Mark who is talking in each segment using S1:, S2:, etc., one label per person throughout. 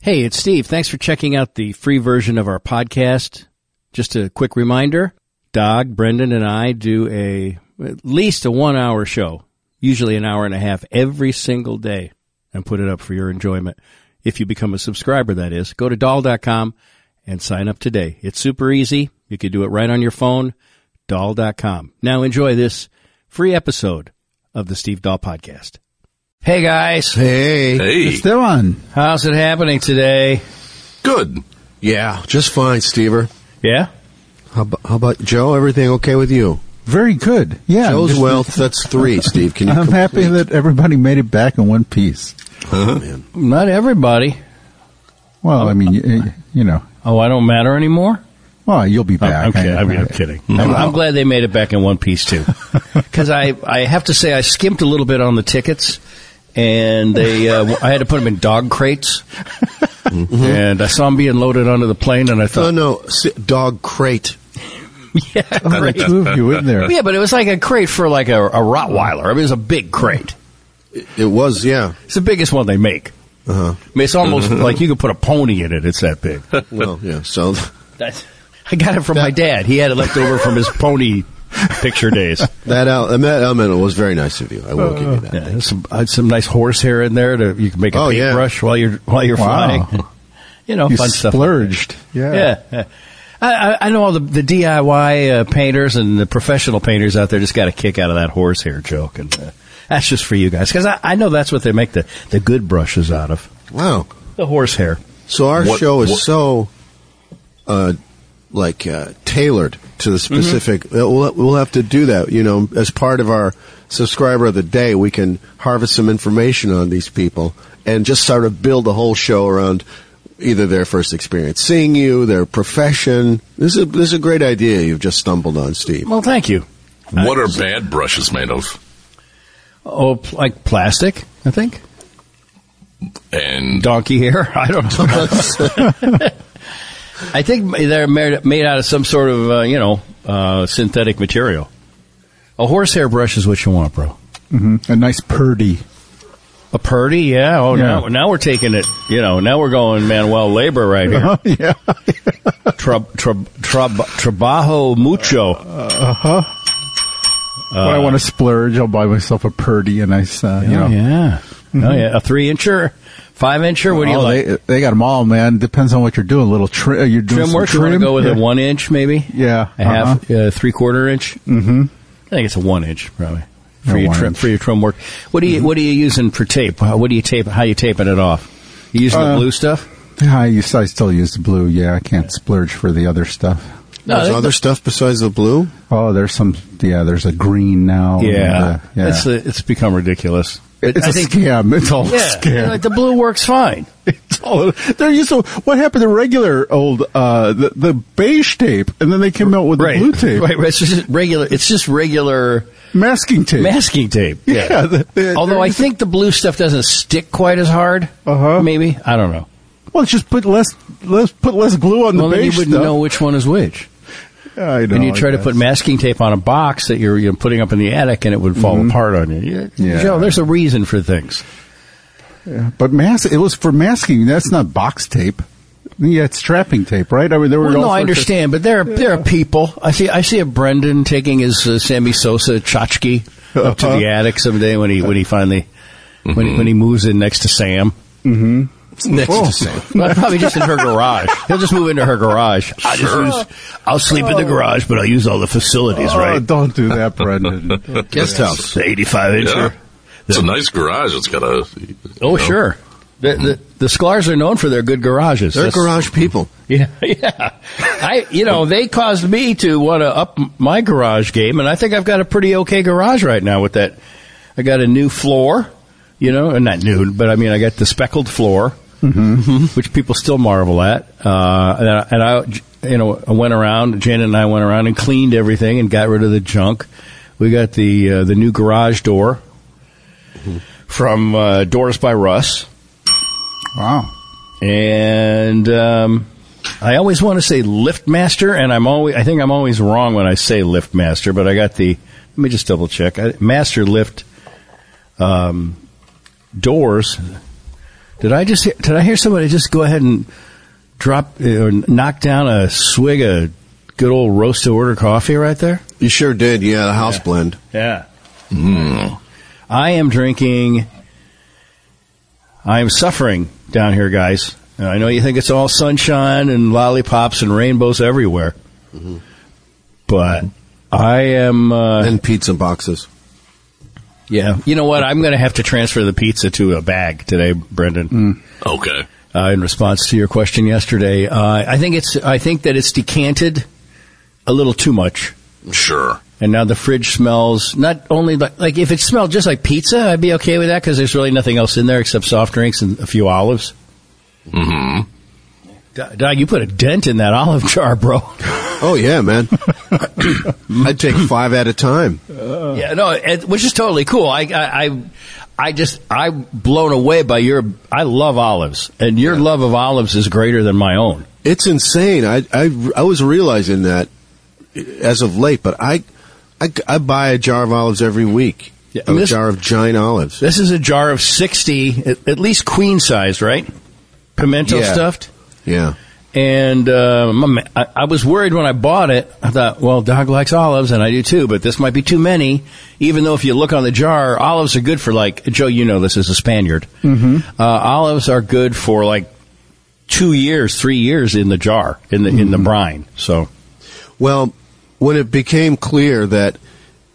S1: Hey, it's Steve. Thanks for checking out the free version of our podcast. Just a quick reminder Dog, Brendan, and I do a at least a one hour show, usually an hour and a half every single day, and put it up for your enjoyment. If you become a subscriber, that is, go to doll.com and sign up today. It's super easy. You can do it right on your phone, doll.com. Now enjoy this free episode of the Steve Doll Podcast. Hey guys,
S2: Hey.
S3: Hey.
S2: It's still on.
S1: how's it happening today?
S3: Good.
S2: Yeah.
S4: Just fine, Stever.
S1: Yeah?
S4: How, ab- how about Joe? Everything okay with you?
S2: Very good. Yeah.
S4: Joe's
S2: just-
S4: wealth, that's three, Steve. Can you
S2: I'm happy Uh-huh.
S4: complete-
S2: that everybody made it back in one piece.
S4: Oh, man.
S1: Not everybody.
S2: Well, I mean, you, you know,
S1: Oh, I don't matter anymore?
S2: well, you'll be back.
S1: I'm, kidding.
S2: I-
S1: I'm, I'm kidding. I'm, I'm glad they made it back in one piece too, because I I have to say I skimped a little bit on the tickets, and they uh, I had to put them in dog crates, and I saw them being loaded onto the plane, and I
S4: Oh,
S1: thought,
S4: no. si- Dog crate.
S1: yeah,
S2: Oh, the
S1: great.
S2: two of you in there.
S1: yeah, but it was like a crate for like a, a Rottweiler. I mean, it was a big crate.
S4: It was, yeah.
S1: It's the biggest one they make.
S4: Uh-huh.
S1: I mean, it's almost like you could put a pony in it. It's that big.
S4: Well, yeah. So,
S1: That's, I got it from my dad. He had it left over from his pony picture days.
S4: that, el- and that element was very nice of you. I will give you that.
S1: Yeah, there's some uh, some nice horsehair in there to you can make a
S4: Oh, yeah.
S1: paintbrush while you're while you're
S2: Wow.
S1: flying. you know,
S2: You
S1: fun stuff.
S2: splurged. Yeah.
S1: Yeah. yeah. I, I- I know all the, the DIY uh, painters and the professional painters out there just got a kick out of that horsehair joke, and uh, that's just for you guys because I, I know that's what they make the, the good brushes out of
S4: Wow.
S1: the horsehair.
S4: So our
S3: What-
S4: show is
S3: what-
S4: so, uh, like uh, tailored to the specific. uh, We'll, we'll have to do that, you know, as part of our subscriber of the day. We can harvest some information on these people and just sort of build a whole show around either their first experience seeing you, their profession. This is this is a great idea you've just stumbled on, Steve.
S1: Well, thank you.
S3: What are bad brushes made of?
S1: Oh, pl- like plastic, I think.
S3: And
S1: Donkey hair? I don't know. I think they're made made out of some sort of, uh, you know, uh, synthetic material. A horsehair brush is what you want, bro.
S2: Mhm. A nice Purdy.
S1: A Purdy, yeah. Oh,
S2: Yeah.
S1: Now, now we're taking it, you know, now we're going Manuel Labor right here.
S2: Oh, yeah.
S1: Tra- tra- tra- trabajo mucho.
S2: when I want to splurge, I'll buy myself a Purdy, a nice, uh, you know.
S1: yeah. Oh, yeah. A three incher, five incher. What do you
S2: Oh,
S1: like?
S2: they, they got them all, man. Depends on what you're doing. Little tri- uh, you're
S1: trim
S2: doing some
S1: work? You want to
S2: trim?
S1: go with
S2: yeah.
S1: a one inch, maybe?
S2: Yeah. uh-huh.
S1: A half, uh, three quarter inch. Mm-hmm. I think it's a one inch probably for
S2: Yeah,
S1: your
S2: one
S1: trim
S2: inch.
S1: for your trim work. What do you What are you using for tape? How, what do you tape? How you taping it off? You using the
S2: Uh,
S1: blue stuff?
S2: Yeah, I, used, I still use the blue. Yeah, I can't splurge for the other stuff.
S4: There's other stuff besides the blue.
S2: Oh, there's some. Yeah, there's a green now. and, uh,
S1: yeah,
S2: yeah.
S1: it's a, it's become ridiculous.
S2: It's a scam. It's all a
S1: yeah,
S2: scam.
S1: like the blue works fine.
S2: It's all. There used to. What happened to regular old uh, the the beige tape, and then they came out with the blue tape,
S1: right, right. It's just regular. It's just regular
S2: masking tape.
S1: masking tape.
S2: yeah. the- the-
S1: Although I think the blue stuff doesn't stick quite as hard.
S2: Uh-huh.
S1: Maybe I don't know.
S2: well, just put less let's put less glue on
S1: Well,
S2: the
S1: then you
S2: beige
S1: wouldn't
S2: stuff.
S1: know which one is which.
S2: I know.
S1: and you try
S2: I
S1: to put
S2: guess.
S1: masking tape on a box that you're, you're putting up in the attic, and it would fall apart on you. You-
S2: Mm-hmm. Yeah.
S1: You know, there's a reason for things.
S2: but mass. It was for masking. That's not box tape. Yeah, it's trapping tape, right? I mean, there were
S1: Well,
S2: all
S1: no, I
S2: sorts of-
S1: understand, but there are there are people. I see I see a Brendan taking his uh, Sammy Sosa tchotchke up to
S2: Uh-huh. Mm-hmm.
S1: the attic someday when he when he finally when he, when he moves in next to Sam.
S4: Next
S1: Oh.
S4: to say.
S1: Well, probably just in her garage. He'll just move into her garage. I just
S3: Sure.
S1: use, I'll sleep in the garage, but I'll use all the facilities.
S2: Oh,
S1: right,
S2: Don't do that, Brendan.
S4: Guest house.
S1: the eighty-five
S3: yeah,
S1: incher.
S3: it's a nice garage. It's got a.
S1: Oh,
S3: you know.
S1: sure. The, the, the Sklars are known for their good garages.
S4: They're
S1: That's-
S4: garage people.
S1: Yeah, yeah. I, you know, they caused me to want to up m- my garage game, and I think I've got a pretty okay garage right now with that. I got a new floor, you know, and not new, but I mean, I got the speckled floor, which people still marvel at. Uh, and I, and I, j- you know, I went around. Janet and I went around and cleaned everything and got rid of the junk. We got the uh, the new garage door Mm-hmm. from uh, Doors by Russ
S2: Wow.
S1: and um, I always want to say LiftMaster, and I'm always I think I'm always wrong when I say LiftMaster, but I got the let me just double check I, Master Lift um, doors Did I just hear, did I hear somebody just go ahead and drop uh, or knock down a swig of good old roast to order coffee right there?
S4: You sure did. Yeah, the house blend.
S1: Yeah. Hmm. I am drinking. I am suffering down here, guys. And I know you think it's all sunshine and lollipops and rainbows everywhere, but I am. Uh,
S4: And pizza boxes.
S1: yeah, you know what? I'm going to have to transfer the pizza to a bag today, Brendan.
S3: Okay.
S1: Uh, in response to your question yesterday, uh, I think it's. I think that it's decanted a little too much.
S3: Sure.
S1: And now the fridge smells not only like, like if it smelled just like pizza, I'd be okay with that because there's really nothing else in there except soft drinks and a few olives.
S3: Mm-hmm.
S1: D- Dog, you put a dent in that olive jar, bro.
S4: Oh yeah, man. I'd take five at a time.
S1: yeah, no, it, which is totally cool. I, I, I, I just I'm blown away by your. I love olives, and your love of olives is greater than my own.
S4: It's insane. I, I, I was realizing that as of late, but I, I, I buy a jar of olives every week.
S1: Yeah,
S4: a
S1: and this-
S4: jar of giant olives.
S1: This is a jar of sixty, at, at least queen size, right? Pimento
S4: Yeah.
S1: stuffed.
S4: Yeah.
S1: And uh, my ma- I, I was worried when I bought it. I thought, well, Doug likes olives, and I do too, but this might be too many. Even though if you look on the jar, olives are good for like Joe. You know this is a Spaniard. Mm-hmm. Uh, olives are good for like two years, three years in the jar in the in the brine. So
S4: Well, when it became clear that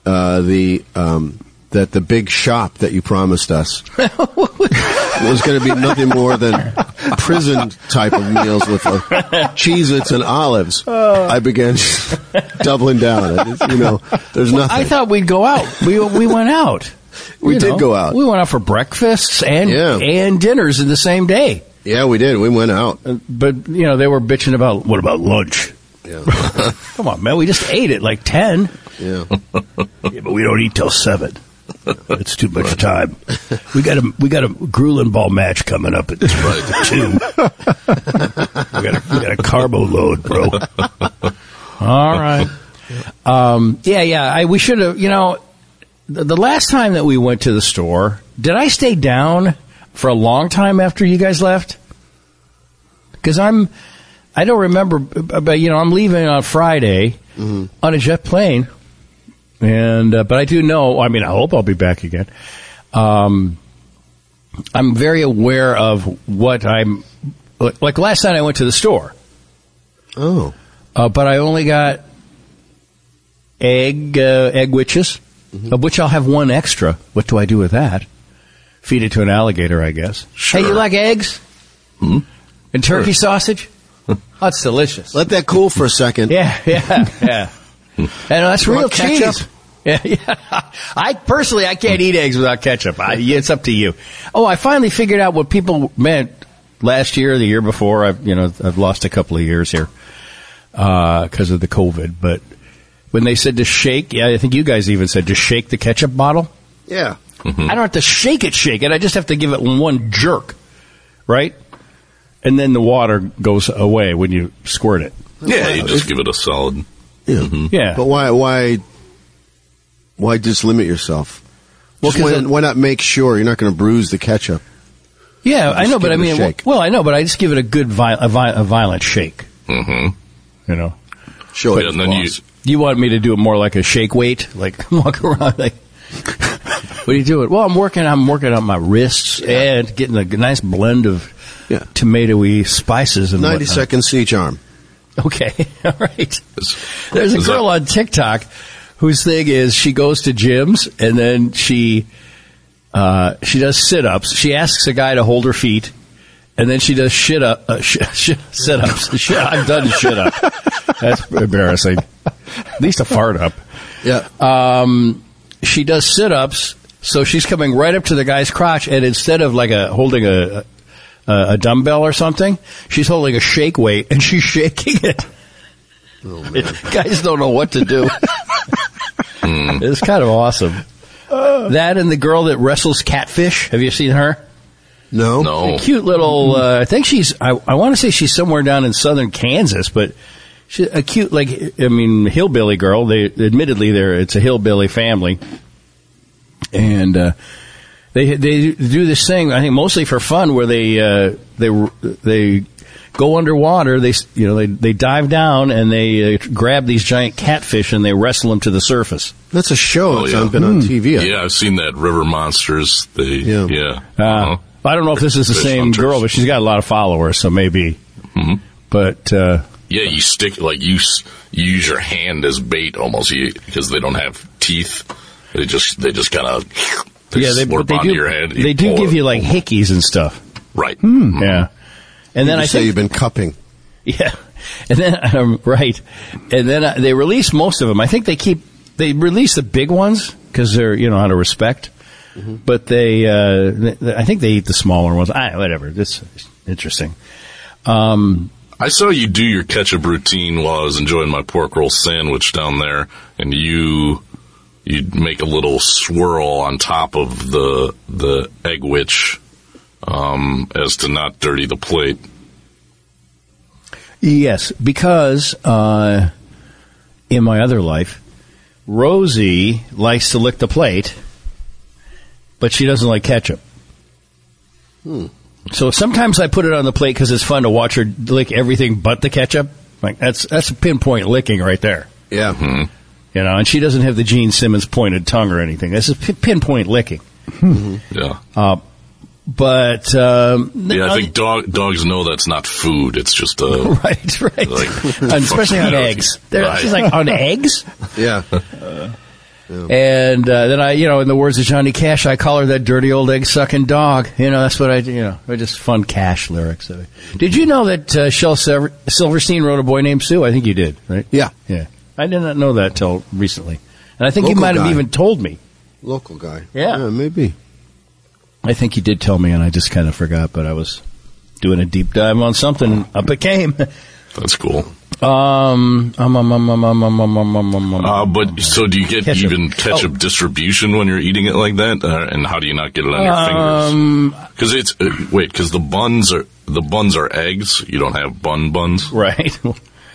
S4: uh, the um, that the big shop that you promised us was going to be nothing more than prison type of meals with uh, Cheez-Its and olives,
S1: Oh.
S4: I began doubling down. I just- You know, there's nothing.
S1: I thought we'd go out. We we went out.
S4: We did go out.
S1: We went out for breakfasts and
S4: Yeah.
S1: and dinners in the same day.
S4: yeah, we did. We went out.
S1: But you know they were bitching about what about lunch?
S4: Yeah.
S1: Come on, man, we just ate at like ten.
S4: yeah.
S1: Yeah, but we don't eat till seven. It's too much time. We got a we got a grueling ball match coming up at two. we got a, we got a carbo load, bro. All right. Um, yeah, yeah. I we should have. You know, the, the last time that we went to the store, did I stay down for a long time after you guys left? Because I'm, I don't remember. But you know, I'm leaving on Friday on a jet plane and uh, but I do know. I mean, I hope I'll be back again. Um, I'm very aware of what I'm like. like Last night I went to the store,
S4: Oh.
S1: uh, but I only got egg uh, egg witches, of which I'll have one extra. What do I do with that? Feed it to an alligator, I guess. Hey, you
S3: Sure.
S1: like eggs
S3: Hmm?
S1: and turkey sausage? That's delicious.
S4: Let that cool for a second.
S1: Yeah, yeah, yeah. and that's
S4: You
S1: real
S4: want ketchup?
S1: cheese. Yeah, yeah. I personally, I can't eat eggs without ketchup. I, it's up to you. Oh, I finally figured out what people meant last year, the year before. I've you know I've lost a couple of years here because of the COVID. But when they said to shake, yeah, I think you guys even said to shake the ketchup bottle.
S4: Yeah.
S1: I don't have to shake it, shake it. I just have to give it one jerk, right? And then the water goes away when you squirt it.
S3: Yeah, you just Mm-hmm. give it a solid.
S4: Yeah.
S1: Yeah.
S4: But why? Why? Why just limit yourself?
S1: Well,
S4: Just
S1: 'cause
S4: why,
S1: I-
S4: why not make sure you're not going to bruise the ketchup?
S1: Yeah, I
S4: Just
S1: know, but
S4: give
S1: I
S4: it a
S1: mean,
S4: shake.
S1: well, I know, but I just give it a good, vi- a, vi- a violent shake.
S3: Mm-hmm.
S1: You know,
S4: Show
S3: Yeah,
S4: it.
S3: and then you.
S1: you want me to do it more like a shake weight, like walk around like. what are you doing? Well, I'm working. I'm working on my wrists and getting a g- nice blend of
S4: Yeah.
S1: tomatoey spices and
S4: ninety
S1: whatnot.
S4: second sea charm.
S1: Okay, all right.
S3: Is-
S1: There's a
S3: is
S1: girl
S3: that-
S1: on TikTok whose thing is she goes to gyms and then she uh, she does sit ups. She asks a guy to hold her feet, and then she does shit up uh, sh- sh- sit ups. Shit, I've done shit up. That's embarrassing. At least a fart up.
S4: Yeah.
S1: Um, she does sit ups, so she's coming right up to the guy's crotch, and instead of like a holding a a, a dumbbell or something, she's holding a shake weight, and she's shaking it. Guys don't know what to do. it's kind of awesome. that and the girl that wrestles catfish. Have you seen her?
S4: no.
S3: No.
S1: A cute little. Uh, I think she's. I, I want to say she's somewhere down in southern Kansas, but she, a cute, like I mean, hillbilly girl. They admittedly, they're it's a hillbilly family, and uh, They they do this thing. I think mostly for fun, where they uh, they they go underwater. They s- you know they they dive down and they uh, grab these giant catfish and they wrestle them to the surface.
S4: That's a show
S3: Oh,
S4: that's
S3: yeah.
S4: on- been on TV.
S3: Yeah, I've seen that River Monsters. They, yeah.
S1: Uh,
S3: Uh-huh.
S1: I don't know if this is the
S3: Fish
S1: same
S3: hunters.
S1: girl, but she's got a lot of followers, so maybe. But uh,
S3: Mm-hmm. Yeah, you stick, like, you, s- you use your hand as bait almost you- because they don't have teeth. They just, they just kind of, they
S1: yeah, they,
S3: slurp
S1: but they
S3: onto
S1: do.
S3: your head.
S1: they do
S3: pull
S1: give
S3: it. Hmm.
S1: you like hickeys and stuff.
S3: Right.
S1: Yeah, and then
S4: You
S1: I
S4: say
S1: think
S4: you've been cupping.
S1: Yeah, and then um, right, and then uh, they release most of them. I think they keep they release the big ones because they're you know out of respect,
S3: Mm-hmm.
S1: but they uh, th- th- I think they eat the smaller ones. I, whatever, this is interesting. Um,
S3: I saw you do your ketchup routine while I was enjoying my pork roll sandwich down there, and you you'd make a little swirl on top of the the egg witch um, as to not dirty the plate.
S1: yes, because uh, in my other life, Rosie likes to lick the plate, but she doesn't like ketchup.
S3: Hmm.
S1: So sometimes I put it on the plate because it's fun to watch her lick everything but the ketchup. Like that's that's pinpoint licking right there,
S4: Yeah.
S1: you know. And she doesn't have the Gene Simmons pointed tongue or anything. This is pi- pinpoint licking. Uh,
S3: Yeah,
S1: But um,
S3: yeah. I think dog, dogs know that's not food. It's just uh, a
S1: right, right,
S3: Like,
S1: especially on
S3: fucking
S1: eggs. They're-
S3: right.
S1: She's like on eggs.
S4: Yeah.
S1: And uh, then I, you know, in the words of Johnny Cash, I call her that dirty old egg sucking dog. You know, that's what I, do, you know, they're just fun Cash lyrics. Did you know that uh, Shel Silver- Silverstein wrote a boy named Sue? I think you did, right?
S4: Yeah.
S1: Yeah. I did not know that till recently, and I think you
S4: Local
S1: might have
S4: guy.
S1: even told me.
S4: Local guy.
S1: Yeah.
S4: maybe.
S1: I think you did tell me, and I just kind of forgot. But I was doing a deep dive on something, and up it came.
S3: that's cool.
S1: um, um, um, um, um, um, um, um, um, um, um, um.
S3: Uh, but so do you get
S1: Ketchup. Oh.
S3: even ketchup distribution when you're eating it like that, uh, and how do you not get it on your fingers?
S1: um,
S3: Because it's uh, wait, because the buns are the buns are eggs. You don't have bun buns,
S1: right,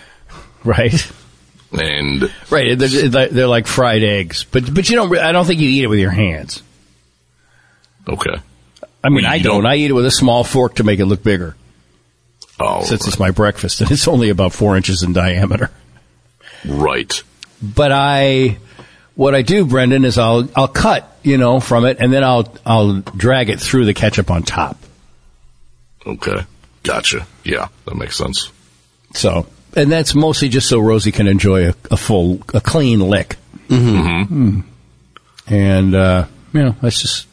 S1: right.
S3: and
S1: Right, they're, they're- they're like fried eggs, but but you don't. re- I don't think you eat it with your hands.
S3: okay.
S1: I mean,
S3: Well, you
S1: I don't.
S3: don't-
S1: I eat it with a small fork to make it look bigger,
S3: Oh,
S1: since it's my breakfast and it's only about four inches in diameter.
S3: right.
S1: But I, what I do, Brendan, is I'll I'll cut you know from it, and then I'll I'll drag it through the ketchup on top.
S3: Okay. Gotcha. Yeah, that makes sense.
S1: So, and that's mostly just so Rosie can enjoy a, a full a clean lick. Mm-hmm. And uh, you know, that's just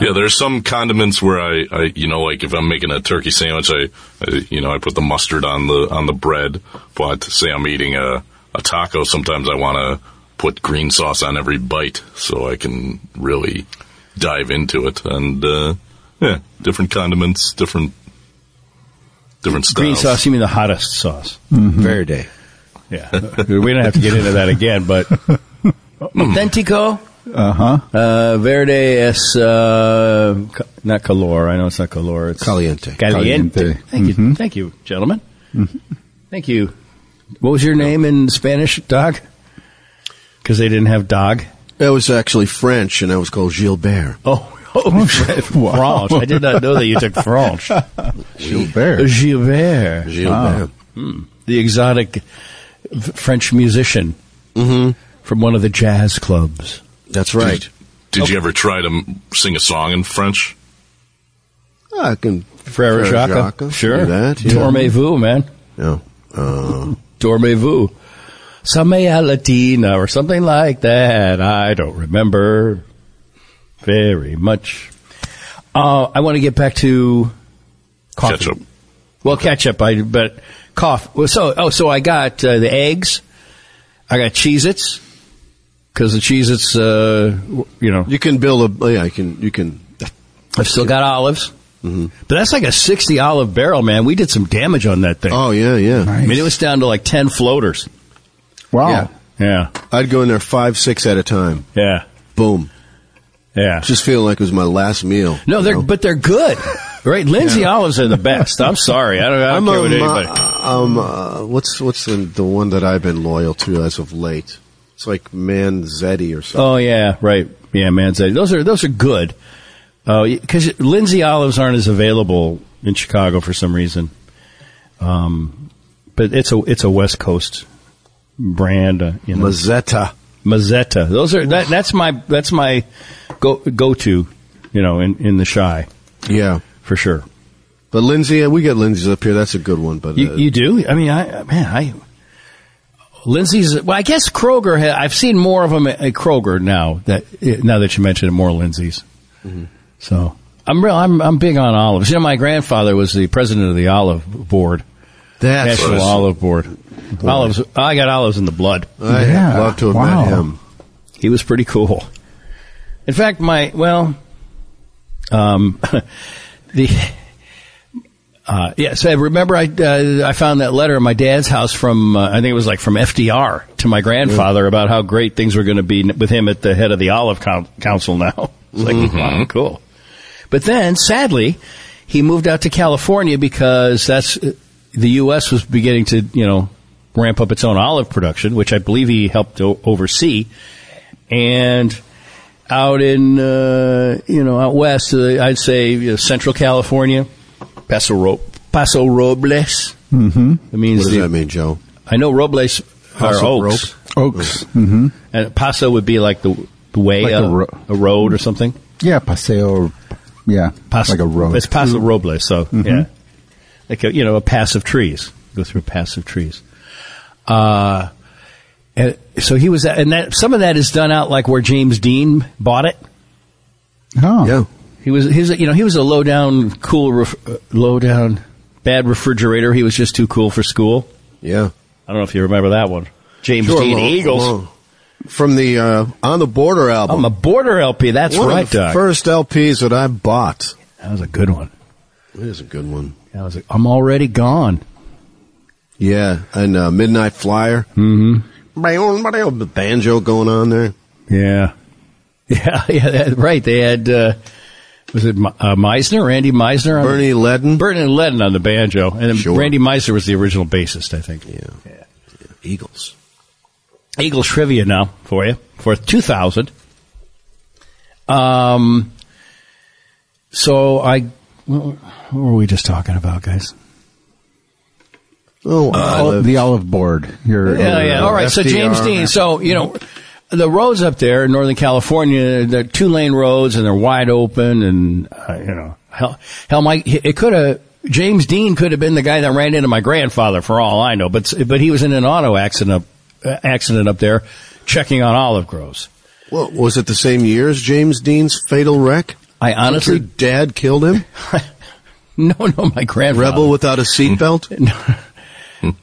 S3: Yeah, there's some condiments where I, I, you know, like if I'm making a turkey sandwich, I, I, you know, I put the mustard on the on the bread. But say I'm eating a a taco, sometimes I want to put green sauce on every bite so I can really dive into it. And uh, yeah, different condiments, different different styles.
S1: green sauce. You mean the hottest sauce?
S4: Verde.
S1: Yeah, we don't have to get into that again, but Authentico
S2: Uh-huh.
S5: Uh huh.
S1: uh, Verde es uh, ca- not calor. I know it's not calor. It's
S4: Caliente.
S1: Caliente.
S5: Caliente.
S1: Thank you, thank you, gentlemen. Thank you. What was your name in Spanish, Dog? Because they didn't have dog.
S4: That was actually French, and I was called Gilbert.
S1: Oh, oh,
S5: Wow.
S1: French. I did not know that you took French.
S5: Gilbert.
S1: Gilbert, Ah. Hmm.
S4: Gilbert.
S1: the exotic f- French musician from one of the jazz clubs.
S4: Mm-hmm. That's right.
S3: Did you ever try to m- sing a song in French?
S4: Ah, I can.
S1: Frere Jacques.
S4: Jacques,
S1: Sure.
S4: do that, yeah.
S1: Dormez-vous, man.
S4: No. Uh,
S1: Dormez-vous. Samea Latina or something like that. I don't remember very much. Uh, I want to get back to coffee.
S3: Ketchup.
S1: Well, ketchup, I, but coffee. Well, so, oh, so I got uh, the eggs. I got Cheez-Its. Because the Cheez-Its, uh, w- you know,
S4: you can build a. Yeah, you can. You can. mm-hmm.
S1: I've still got olives. But that's like a 60 olive barrel, man. We did some damage on that thing.
S4: Oh yeah, yeah.
S1: I mean, it was down to like 10 floaters.
S5: Wow.
S4: Yeah.
S1: Yeah.
S4: I'd go in there five, six at a time.
S1: Yeah.
S4: Boom.
S1: Yeah.
S4: Just feeling like it was my last meal.
S1: no,
S4: you
S1: they're
S4: know?
S1: but they're good. Right? Lindsay olives are the best. I'm sorry. I don't, I
S4: I'm
S1: don't care what
S4: um,
S1: anybody.
S4: uh, um, uh, what's what's the, the one that I've been loyal to as of late? It's like Manzetti or something.
S1: oh yeah, right. Yeah, man. Those are those are good. Oh, because Lindsay olives aren't as available in Chicago for some reason. Um, but it's a it's a West Coast brand. Uh, you know,
S4: Mazetta.
S1: Mazetta. Those are that, that's my that's my go go to. You know, in in the shy
S4: Yeah.
S1: for sure.
S4: But Lindsay, we got Lindsay's up here. That's a good one. But
S1: You,
S4: uh,
S1: you do? I mean, I man, I Lindsay's. Well, I guess Kroger. Ha, I've seen more of them at, at Kroger now. That eh, now that you mention it, more Lindsay's.
S4: Mm-hmm.
S1: So I'm real. I'm I'm big on olives. You know, my grandfather was the president of the olive board,
S4: that's
S1: National
S3: awesome.
S1: Olive Board. Olives. I got olives in the blood.
S4: I'd
S5: Yeah.
S4: love to have
S5: Wow.
S4: met him.
S1: He was pretty cool. In fact, my well, um, the uh, yeah. So I remember I uh, I found that letter at my dad's house from uh, I think it was like from FDR to my grandfather about how great things were going to be with him at the head of the Olive Coun Council. Now it's like wow, cool. But then, sadly, he moved out to California because that's uh, the U.S. was beginning to you know ramp up its own olive production, which I believe he helped o- oversee and out in uh, you know out west, uh, I'd say you know, Central California, Paso, Ro- Paso Robles. Mm-hmm. It means
S4: What does
S1: the-
S4: that mean, Joe?
S1: I know Robles are
S4: Paso
S1: oaks,
S5: Oaks. Mm-hmm.
S1: and Paso would be like the the way
S5: Like
S1: uh,
S5: a ro-
S1: a road or something.
S5: Yeah, paseo. Yeah,
S1: Paso,
S5: like a road.
S1: It's Paso
S4: Mm-hmm.
S1: Robles, so yeah, like a, you know, a pass of trees. Go through a pass of trees. Uh, and so he was, and that some of that is done out like where James Dean bought it.
S5: oh.
S4: Yeah.
S1: He was his, you know, he was a low down, cool, ref, uh, low down, bad refrigerator. He was just too cool for school.
S4: Yeah.
S1: I don't know if you remember that one, James
S4: Sure,
S1: Dean
S4: Lo-
S1: Eagles.
S4: Lo- From the uh, On the Border album.
S1: I'm a border LP. That's
S4: one
S1: right,
S4: of the
S1: Doc.
S4: first LPs that I bought.
S1: that was a good one.
S4: It is a good one.
S1: That was. A, I'm already gone.
S4: Yeah, and uh, Midnight Flyer. Mm-hmm. The banjo going on there.
S1: Yeah, yeah, yeah. that- right. They had uh, was it Me- uh, Meisner, Randy Meisner, on
S4: Bernie Ledden.
S1: Bernie Ledden on the banjo, and then
S4: Sure.
S1: Randy Meisner was the original bassist, I think.
S4: yeah. Eagles.
S1: Eagles trivia now for you for 2000. Um, so I, what were we just talking about, guys?
S4: Oh,
S5: Oh,
S4: olive.
S5: the olive board. Your,
S1: Yeah,
S5: your-
S1: yeah. All right. So
S4: FDR.
S1: James Dean. So you know, the roads up there in Northern California, they're two lane roads and they're wide open, and uh, you know, hell, hell, Mike, it could have. James Dean could have been the guy that ran into my grandfather, for all I know. But but he was in an auto accident up, uh, accident up there, checking on olive groves.
S4: Well, was it the same year as James Dean's fatal wreck?
S1: I honestly
S4: Your dad killed him?
S1: no no my grandfather
S4: Rebel without a seatbelt?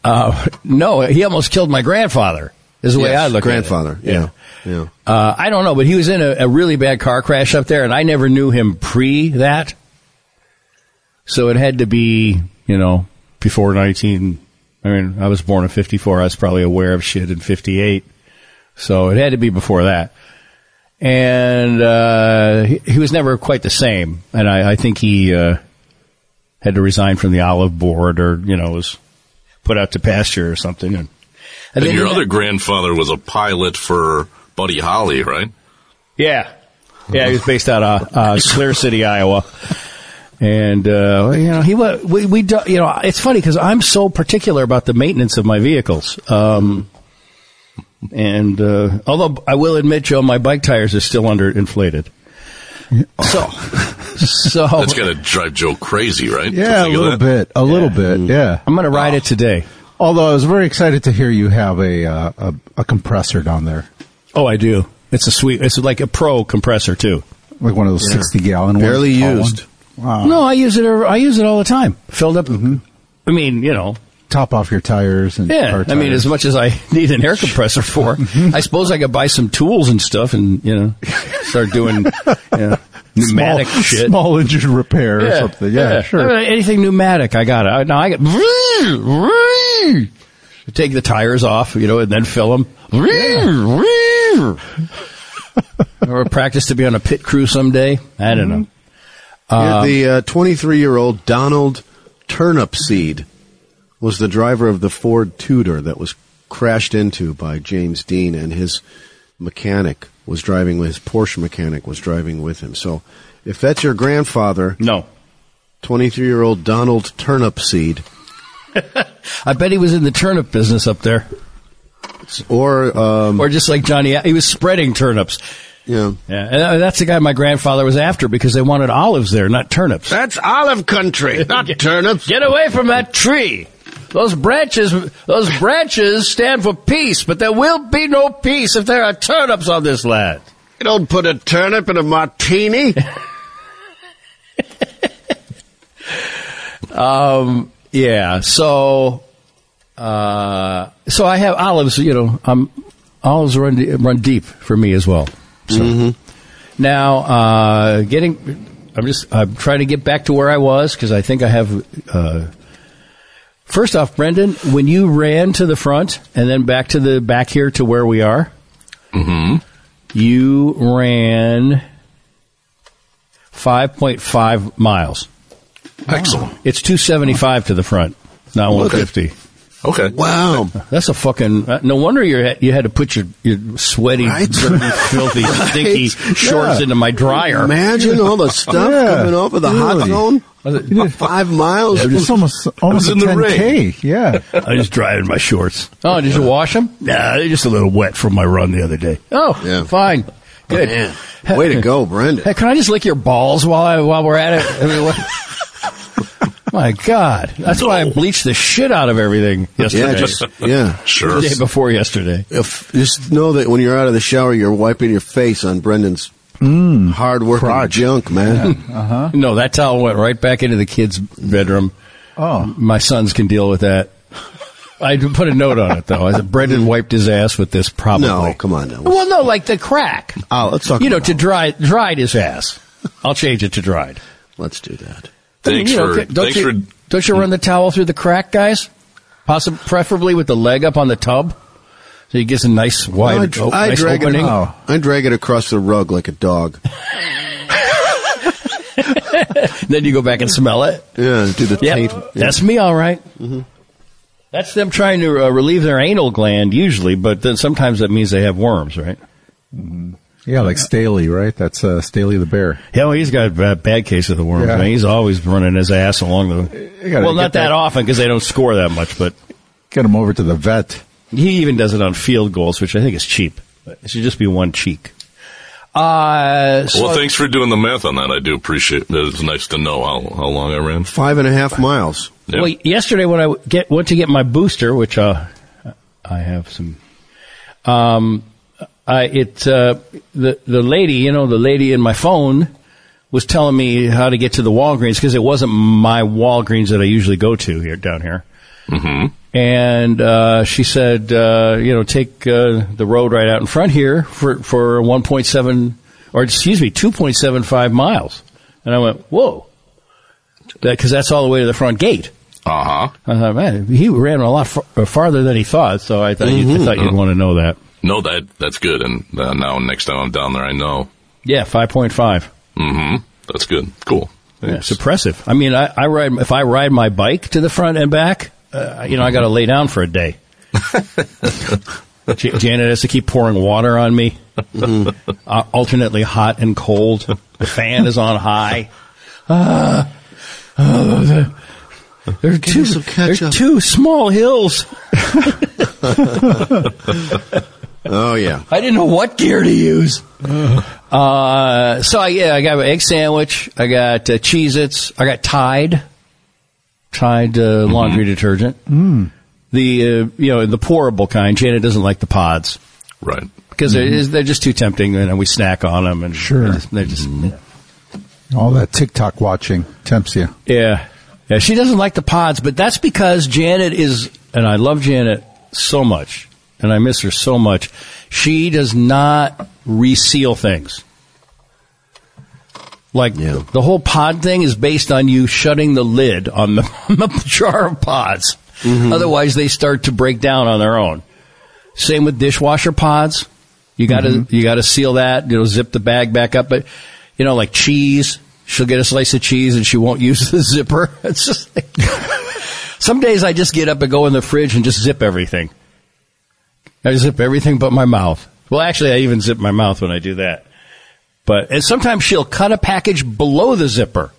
S1: Uh, no, he almost killed my grandfather. Is the way
S4: Yes,
S1: I look.
S4: Grandfather.
S1: At it.
S4: Yeah. Yeah.
S1: Uh, I don't know, but he was in a, a really bad car crash up there, and I never knew him pre that. So it had to be, you know, before nineteen. I mean, I was born in '54. I was probably aware of shit in '58, so it had to be before that. And uh, he, he was never quite the same, and I, I think he uh, had to resign from the Olive Board, or you know, was put out to pasture or something. And, and
S3: And
S1: then-
S3: your other grandfather was a pilot for Buddy Holly, right?
S1: Yeah. Yeah, he was based out of uh, Clear City, Iowa. And, uh, you know, he was, we, we, do, you know, it's funny because I'm so particular about the maintenance of my vehicles. Um, and, uh, although I will admit, Joe, my bike tires are still under inflated. So, so
S3: That's got to drive Joe crazy, right?
S5: Yeah,
S3: To
S5: a
S3: think of
S5: little
S3: that?
S5: bit. A little bit. Yeah.
S1: I'm going to ride it today.
S5: Although I was very excited to hear you have a uh, a, a compressor down there,
S1: Oh, I do. It's a sweet, it's like a pro compressor too.
S5: like one of those sixty gallon ones.
S4: Barely
S5: tall
S4: used.
S5: one. Wow.
S1: No, I use it, I use it all the time. Filled up. mm-hmm. I mean, you know,
S5: Top off your tires and
S1: Yeah,
S5: car
S1: I mean,
S5: tires. Mm-hmm.
S1: as much as I need an air compressor for, I suppose I could buy some tools and stuff, and you know, start doing you know, pneumatic
S5: small,
S1: shit.
S5: small engine repair or something. Yeah, sure.
S1: I mean, anything pneumatic, I got it. I, now I got take the tires off, you know, and then fill them. or practice to be on a pit crew someday. I don't know.
S5: Mm-hmm.
S4: You're the 23 year old Donald Turnipseed was the driver of the Ford Tudor that was crashed into by James Dean, and his mechanic was driving with his Porsche mechanic was driving with him. So If that's your grandfather,
S6: No.
S4: 23 year old Donald Turnipseed,
S1: I bet he was in the turnip business up there,
S4: or, um,
S1: or just like Johnny, he was spreading turnips.
S4: you know,
S1: Yeah, and uh, that's the guy my grandfather was after because they wanted olives there, not turnips.
S4: that's olive country, not turnips.
S1: Get away from that tree. Those branches, those branches stand for peace, but there will be no peace if there are turnips on this land.
S4: You don't put a turnip in a martini.
S1: Um, yeah. So, uh, so I have olives. You know, um, olives run run deep for me as well. So. Now, uh, getting, I'm just I'm trying to get back to where I was because I think I have. Uh, first off, Brendan, when you ran to the front and then back to the back here to where we are, you ran five point five miles.
S3: Excellent.
S1: It's 275 to the front, not
S4: Look at-
S1: 150.
S3: Okay.
S4: Wow.
S1: That's a fucking. Uh, no wonder you had, you had to put your, your sweaty,
S4: Right.
S1: dirty, filthy, stinky
S4: Right.
S1: shorts
S4: Yeah.
S1: into my dryer.
S4: Imagine all the stuff
S5: Yeah.
S4: coming off of the hot
S5: Really.
S4: zone. Five miles.
S5: It's almost almost a
S3: in the
S5: 10k. Yeah.
S6: I just dried my shorts.
S1: Oh, did you wash them?
S6: Nah, they're just a little wet from my run the other day.
S1: Oh,
S4: Yeah.
S1: fine, good.
S4: Man, way to go,
S1: Hey,
S4: Brendan.
S1: can I just lick your balls while I, while we're at it? I mean, what- my God, that's why I bleached the shit out of everything yesterday.
S4: Yeah, just yeah.
S3: Sure.
S1: the day before yesterday.
S4: If, just know that when you're out of the shower, you're wiping your face on Brendan's
S1: Mm.
S4: hard working junk, man.
S1: No, that towel went right back into the kid's bedroom.
S5: Oh.
S1: my sons can deal with that. I put a note on it though. I said Brendan wiped his ass with this probably.
S4: No, come on now.
S1: Well, no, like the crack.
S4: Oh, let's talk.
S1: you know,
S4: about
S1: to
S4: olive.
S1: dry dried his ass. I'll change it to dried.
S4: let's do that.
S1: I mean,
S3: Thanks
S1: you know,
S3: for.
S1: don't
S3: Thanks
S1: you,
S3: for.
S1: don't you run the towel through the crack, guys? Possibly, preferably with the leg up on the tub, so you get a nice wide,
S4: I, dr-
S1: o-
S4: I
S1: nice
S4: drag
S1: opening. Oh.
S4: it. I drag it across the rug like a dog.
S1: Then you go back and smell it.
S4: Yeah, Mm-hmm. do the
S1: Yep.
S4: tape.
S1: That's me, all right. That's them trying to uh, relieve their anal gland usually, but then sometimes that means they have worms, right?
S5: Yeah, like Staley, right? That's uh, Staley the bear.
S1: Yeah, well, he's got a bad, bad case of the worms.
S5: Yeah.
S1: Man. He's always running his ass along the.
S5: You gotta
S1: Well,
S5: get
S1: not that,
S5: that-
S1: often because they don't score that much, but
S5: Get him over to the vet.
S1: he even does it on field goals, which I think is cheap. It should just be one cheek. Uh, so
S3: Well, thanks for doing the math on that. I do appreciate. It. It's nice to know how, how long I ran.
S4: Five and a half miles.
S3: Yeah.
S1: Well, yesterday when I w- get went to get my booster, which uh, I have some, um, I it uh, the the lady, you know, the lady in my phone was telling me how to get to the Walgreens because it wasn't my Walgreens that I usually go to here down here. Mm-hmm. And uh, she said, uh, you know, take uh, the road right out in front here for for one point seven or excuse me, two point seven five miles. And I went, whoa. Because that's all the way to the front gate.
S3: Uh huh.
S1: I thought, man, he ran a lot far- uh, farther than he thought. So I thought, you, I thought you'd want to know that.
S3: No, that that's good. And uh, now next time I'm down there, I know.
S1: Yeah, five point five.
S3: Mm-hmm. That's good. Cool.
S1: It's impressive. I mean, I, I ride if I ride my bike to the front and back, uh, you know, I got to lay down for a day. Ja- Janet has to keep pouring water on me, uh, alternately hot and cold. The fan is on high. Ah, ah, there are two,
S4: some
S1: there are
S4: ketchup.
S1: two small hills.
S4: Oh yeah.
S1: I didn't know what gear to use. Uh, so I, yeah, I got an egg sandwich. I got uh, Cheez-Its. I got Tide, Tide uh, laundry detergent. Mm. The uh, you know the pourable kind. Janet doesn't like the pods
S3: Right.
S1: because they're just too tempting, and we snack on them. And
S5: Sure.
S1: they're just, they're just-
S5: All that TikTok watching tempts you.
S1: Yeah. Yeah, she doesn't like the pods, but that's because Janet is, and I love Janet so much, and I miss her so much. She does not reseal things. Like
S4: Yeah.
S1: the whole pod thing is based on you shutting the lid on the, on the jar of pods. Otherwise, they start to break down on their own. Same with dishwasher pods. You got to you got to seal that. You know, zip the bag back up. But you know, like cheese, she'll get a slice of cheese and she won't use the zipper. It's just like, some days I just get up and go in the fridge and just zip everything. I zip everything but my mouth. Well, actually, I even zip my mouth when I do that. But and sometimes she'll cut a package below the zipper.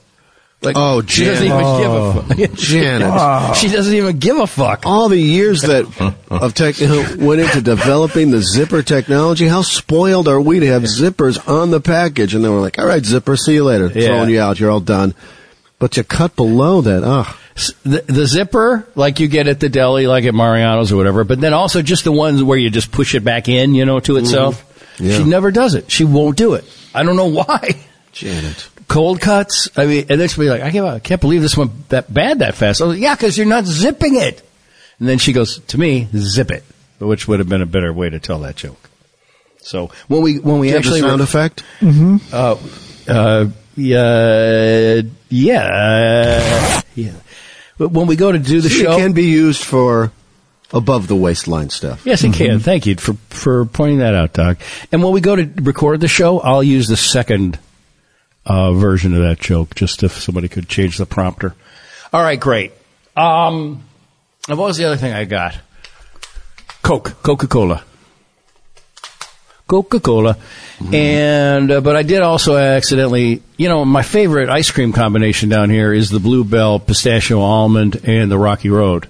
S1: Like,
S4: Oh,
S1: she doesn't even give a fuck.
S4: Janet.
S1: She doesn't even give a fuck.
S4: all the years that of tech went into developing the zipper technology, how spoiled are we to have zippers on the package? And then we're like, all right, zipper, see you later.
S1: Yeah.
S4: Throwing you out, you're all done. But you cut below that. Ugh.
S1: S- The, the zipper, like you get at the deli, like at Mariano's or whatever, but then also just the ones where you just push it back in, you know, to itself.
S4: Mm-hmm. Yeah.
S1: She never does it. She won't do it. I don't know why.
S4: Janet.
S1: cold cuts. I mean, and this would be like, I can't, I can't believe this went that bad that fast. I was like, yeah, because you're not zipping it. And then she goes to me, zip it, which would have been a better way to tell that joke. So when we when we
S4: You have the
S1: actually
S4: sound effect?
S1: uh, uh, yeah, yeah, yeah. But When we go to do the show,
S4: It can be used for above the waistline stuff.
S1: Yes, it can. Thank you for for pointing that out, Doc. And when we go to record the show, I'll use the second uh, version of that joke, just if somebody could change the prompter. All right, great. Um, and what was the other thing I got? Coke, Coca Cola, Coca Cola, and uh, but I did also accidentally, you know, my favorite ice cream combination down here is the Bluebell pistachio almond and the Rocky Road,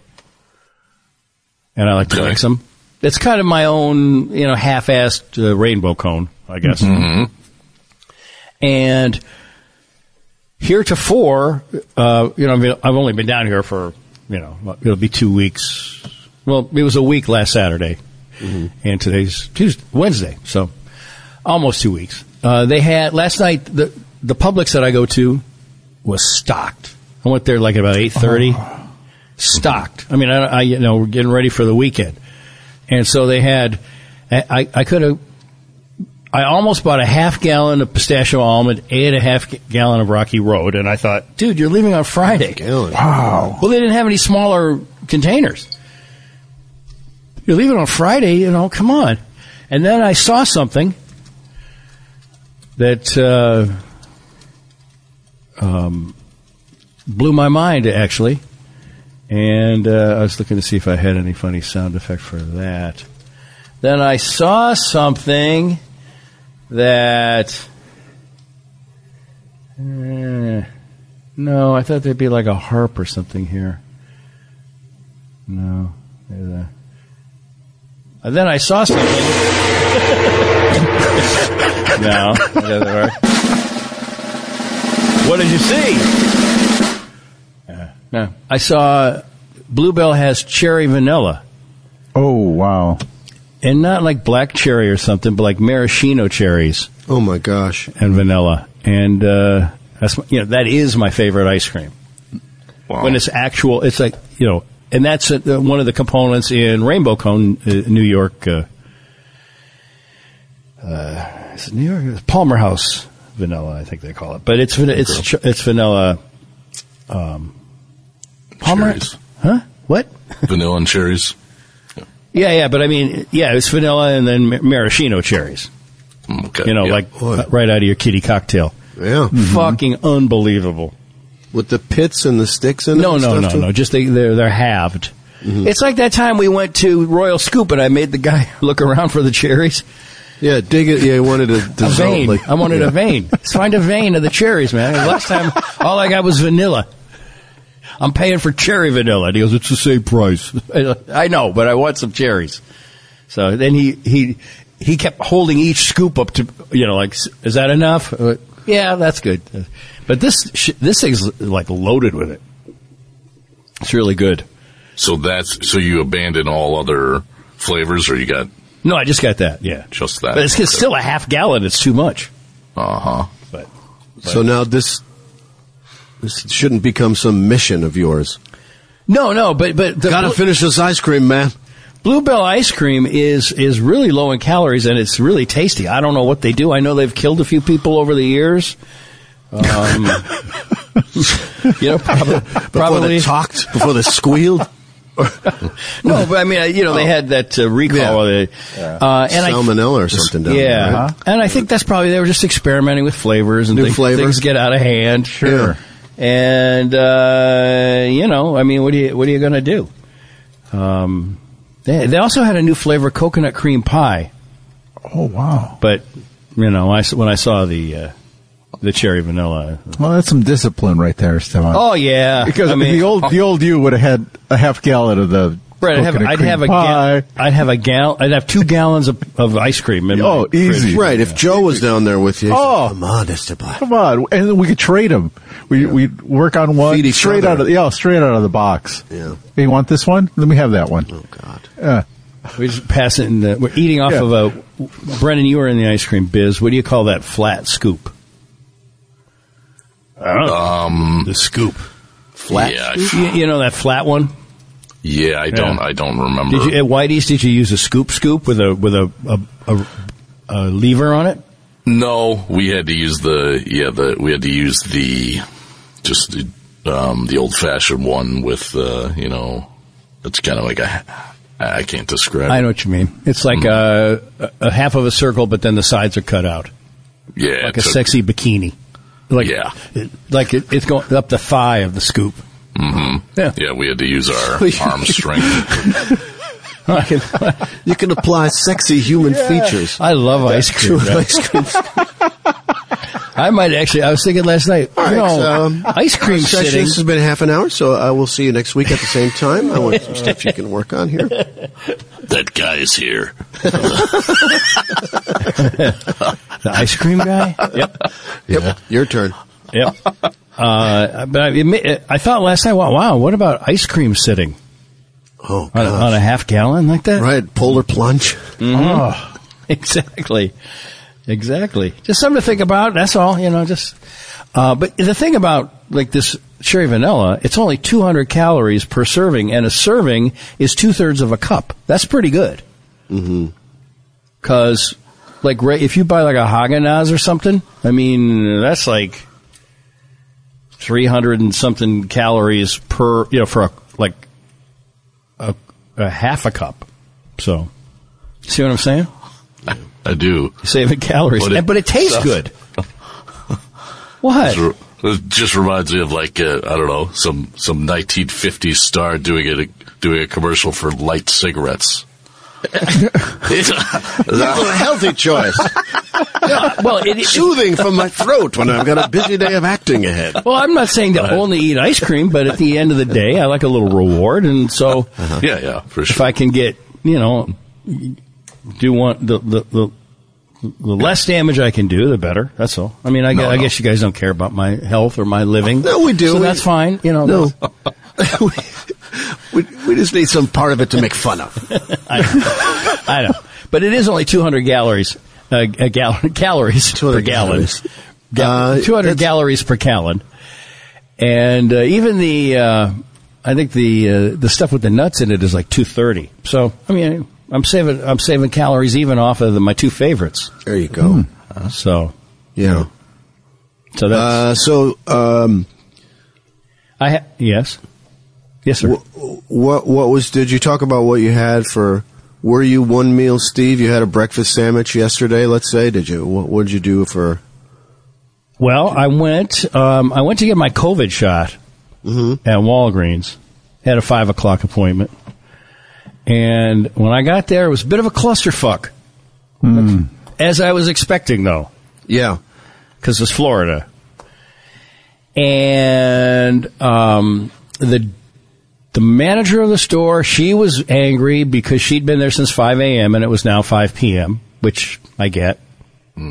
S1: and I like to
S3: Okay.
S1: mix them. It's kind of my own, you know, half-assed uh, rainbow cone, I guess. And heretofore, uh, you know, I mean, I've only been down here for, you know, it'll be two weeks. Well, it was a week last Saturday, and today's Tuesday, Wednesday, so almost two weeks. Uh, they had last night the the Publix that I go to was stocked. I went there like about eight thirty, stocked. I mean, I, I you know we're getting ready for the weekend, and so they had. I I, I could have I almost bought a half gallon of pistachio almond and a half ga- gallon of Rocky Road, and I thought, dude, you're leaving on Friday.
S4: Gallon.
S1: Well, they didn't have any smaller containers. You're leaving on Friday, you know, come on. And then I saw something that uh, um, blew my mind, actually. And uh, I was looking to see if I had any funny sound effect for that. Then I saw something that. Eh, no, I thought there'd be like a harp or something here. No. there's a- And then I saw something. no, it doesn't work. What did you see? Uh, no. I saw Bluebell has cherry vanilla.
S5: Oh wow!
S1: And not like black cherry or something, but like maraschino cherries
S4: Oh my gosh.
S1: and vanilla. And uh, that's my, you know that is my favorite ice cream.
S3: Wow.
S1: When it's actual, it's like you know, and that's uh one of the components in Rainbow Cone, uh, New York. Uh, uh, is it New York It's Palmer House vanilla, I think they call it, but it's van- it's ch- it's vanilla. Um, Palmer,
S3: Cherries.
S1: huh? What?
S3: vanilla and cherries.
S1: Yeah, yeah, but I mean, yeah, it's vanilla and then mar- maraschino cherries.
S3: Mm, Okay.
S1: You know,
S3: yeah.
S1: like
S4: Boy.
S1: uh, right out of your kitty cocktail.
S4: Yeah.
S1: Fucking unbelievable.
S4: Hmm. With the pits and the sticks in it
S1: No,
S4: and
S1: no,
S4: stuff
S1: no,
S4: too?
S1: no. Just they, they're they're halved. It's like that time we went to Royal Scoop and I made the guy look around for the cherries.
S4: Yeah, dig it. Yeah, you wanted to
S1: A
S4: dissolve.
S1: vein.
S4: like-
S1: I wanted
S4: yeah.
S1: a vein. Let's find a vein of the cherries, man. Last time all I got was vanilla. I'm paying for cherry vanilla. And he goes, it's the same price. I know, but I want some cherries. So then he he he kept holding each scoop up to you know like is that enough? Uh, yeah, that's good. But this sh- this thing's like loaded with it. It's really good.
S3: so that's so you abandon all other flavors, or you got
S1: No, I just got that. Yeah,
S3: just that.
S1: but it's it's still a half gallon. It's too much.
S3: Uh huh.
S1: But
S4: So now this this shouldn't become some mission of yours.
S1: no, no. But but the
S4: Gotta
S1: Blue-
S4: finish this ice cream, man.
S1: Bluebell ice cream is is really low in calories and it's really tasty. I don't know what they do. I know they've killed a few people over the years. Um, you know, probably,
S4: Before
S1: probably
S4: they talked, before they squealed.
S1: No, but I mean, I- you
S4: Oh.
S1: know, they had that uh, recall. uh, Uh, and
S4: salmonella or
S1: I,
S4: something down
S1: Yeah, Uh-huh.
S4: there, right?
S1: and I think that's probably they were just experimenting with flavors and
S4: New
S1: things,
S4: flavors.
S1: things get out of hand.
S4: Sure.
S1: And uh, you know, I mean, what do you what are you going to do? Um, they, they also had a new flavor, coconut cream pie,
S6: Oh wow!
S1: but you know, I s when I saw the uh, the cherry vanilla. uh,
S2: Well, that's some discipline right there, Stefan.
S1: Oh yeah,
S5: Because
S1: I mean,
S5: the old the old you would have had a half gallon of the
S1: Brett, I'd have,
S5: coconut
S1: I'd
S5: cream
S1: have a
S5: pie.
S1: gal- I'd have a gal I'd have two gallons of, of ice cream. In
S5: Oh,
S1: my fridge.
S5: easy.
S4: Right. If Joe was down there with you,
S5: Oh.
S4: oh, come on, Esteban.
S5: Come on, and then we could trade them. We we work on one
S4: Feed each
S5: straight
S4: other.
S5: out of yeah straight out of the box.
S4: Yeah.
S5: Hey, you want this one? Let me have that one.
S4: Oh God.
S1: We're just passing. The, we're eating off
S5: Yeah.
S1: of a. Brendan, you were in the ice cream biz. What do you call that flat scoop?
S3: Um,
S6: The scoop.
S4: Flat.
S3: Yeah,
S4: scoop?
S1: You, you know that flat one.
S3: yeah, I don't, I don't remember.
S1: Did you at Whitey's? Did you use a scoop scoop with a with a a, a, a lever on it?
S3: No, we had to use the yeah the we had to use the just the, um, the old fashioned one with uh, you know it's kind of like a I can't describe.
S1: I know what you mean. It's like a, a half of a circle, but then the sides are cut out,
S3: yeah,
S1: like a
S3: it's
S1: sexy bikini. Like
S3: Yeah.
S1: it- like it, it's going up the thigh of the scoop. Yeah.
S3: Yeah, we had to use our arm strength.
S4: You can apply sexy human features.
S1: I love ice cream.
S4: to
S1: man.
S4: ice cream.
S1: I might actually. I was thinking last night.
S4: All right,
S1: you know,
S4: so, um,
S1: ice cream
S4: session.
S1: sitting.
S4: This has been half an hour, so I will see you next week at the same time. I want some stuff you can work on here.
S3: that guy is here.
S1: The ice cream guy. yep.
S4: Yep, your turn.
S1: Yep. Uh, but I, admit, I thought last night, wow, wow, what about ice cream sitting
S4: Oh
S1: on, a- on
S4: God!
S1: a half gallon like that?
S4: Right, polar plunge.
S1: Oh, exactly. Exactly. Just something to think about. That's all, you know, just, uh, but the thing about like this cherry vanilla, it's only 200 calories per serving and a serving is two thirds of a cup. That's pretty good. Mm-hmm. Cause like, re- if you buy like a Haagen-Dazs or something, I mean, that's like 300 and something calories per, you know, for a, like a, a half a cup. So see what I'm saying?
S3: I do.
S1: saving calories,
S3: But it-
S1: And- but it, tastes good. what?
S3: It just reminds me of like uh, I don't know some some 1950s star doing a doing a commercial for light cigarettes.
S4: That's a healthy choice.
S1: Well, it, it-
S4: Soothing from my throat when I've got a busy day of acting ahead.
S1: well, I'm not saying to only eat ice cream, but at the end of the day, I like a little reward, and so
S4: Uh-huh.
S3: yeah, yeah, for
S1: if
S3: sure.
S1: I can get, you know, do want the the. the the less damage I can do, the better. That's all. I mean, I, gu-
S3: No,
S1: I
S3: no.
S1: guess you guys don't care about my health or my living.
S4: No, we do.
S1: So
S4: We-
S1: that's fine. You know,
S4: No.
S1: that's-
S4: we, we just need some part of it to make fun of.
S1: I know, but it is only 200 calories, uh, a gallon calories
S4: 200
S1: per gallon,
S4: calories.
S1: Gal-
S4: Uh,
S1: 200
S4: that's-
S1: calories per gallon, and uh, even the uh, I think the uh, the stuff with the nuts in it is like 230. So I mean, I'm saving I'm saving calories even off of the, my two favorites.
S4: There you go.
S1: So
S4: Yeah.
S1: so that's
S4: Uh-huh. Uh, so, um,
S1: I ha- yes yes sir.
S4: what what was? Did you talk about what you had for? Were you one meal, Steve? You had a breakfast sandwich yesterday. Let's say, did you? What what did you do for?
S1: Well, I went. Um, I went to get my COVID shot
S4: Mm-hmm.
S1: at Walgreens. Had a five o'clock appointment, and when I got there, it was a bit of a clusterfuck, as I was expecting, though,
S4: Yeah.
S1: because it's Florida. And um, the the manager of the store, she was angry because she'd been there since five a.m. and it was now five p.m., which I get. Hmm.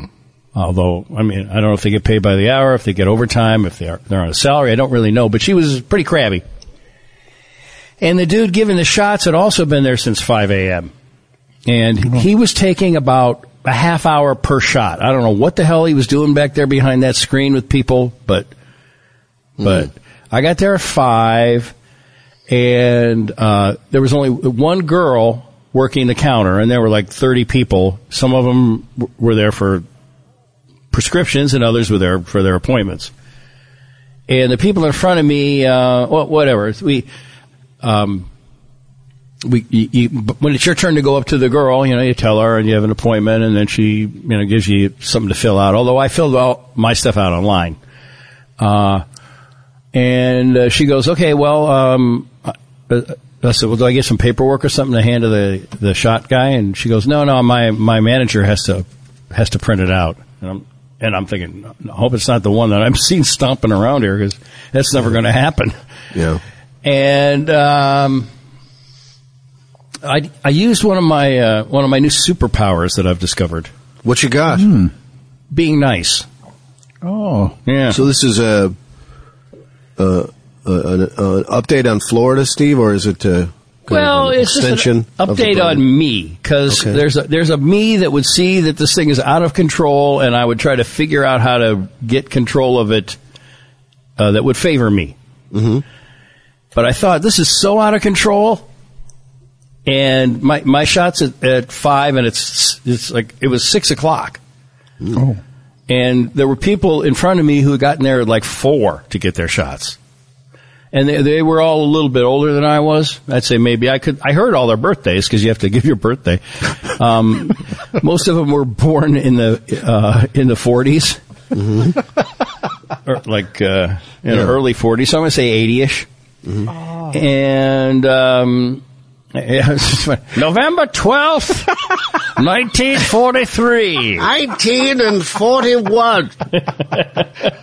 S1: Although, I mean, I don't know if they get paid by the hour, if they get overtime, if they are, they're on a salary. I don't really know, but she was pretty crabby. And the dude giving the shots had also been there since 5 a.m. And he was taking about a half hour per shot. I don't know what the hell he was doing back there behind that screen with people, but, but I got there at 5 and, uh, there was only one girl working the counter and there were like 30 people. Some of them w- were there for prescriptions and others were there for their appointments. And the people in front of me, uh, wha- whatever, we, um, we, you, you, but when it's your turn to go up to the girl, you know, you tell her and you have an appointment and then she, you know, gives you something to fill out. Although I filled all my stuff out online. Uh, and uh, she goes, okay, well, um, uh, I said, well, do I get some paperwork or something to hand to the, the shot guy? And she goes, no, no, my, my manager has to has to print it out. And I'm, and I'm thinking, I hope it's not the one that I'm seen stomping around here because that's never going to happen.
S4: Yeah.
S1: And um, I, I used one of my uh, one of my new superpowers that I've discovered:
S4: What you got?
S1: being nice.
S2: Oh,
S1: Yeah.
S4: So this is a, a, a an, an update on Florida, Steve, or is it a
S1: well,
S4: an
S1: it's
S4: extension
S1: just an
S4: of the
S1: um, update
S4: brand?
S1: on me because
S4: Okay.
S1: there's a, there's a me that would see that this thing is out of control, and I would try to figure out how to get control of it uh, that would favor me. Mm-hmm. But I thought this is so out of control, and my my shots at, at five, and it's it's like it was six o'clock.
S5: Oh.
S1: And there were people in front of me who had gotten there at like four to get their shots. And they, they were all a little bit older than I was. I'd say maybe I could, I heard all their birthdays because you have to give your birthday. Um, most of them were born in the, uh, in the 40s or like, uh, in the early 40s. So I'm going to say 80 ish. And, um, yeah, it's funny. November 12th, 1943.
S4: 19 and 41.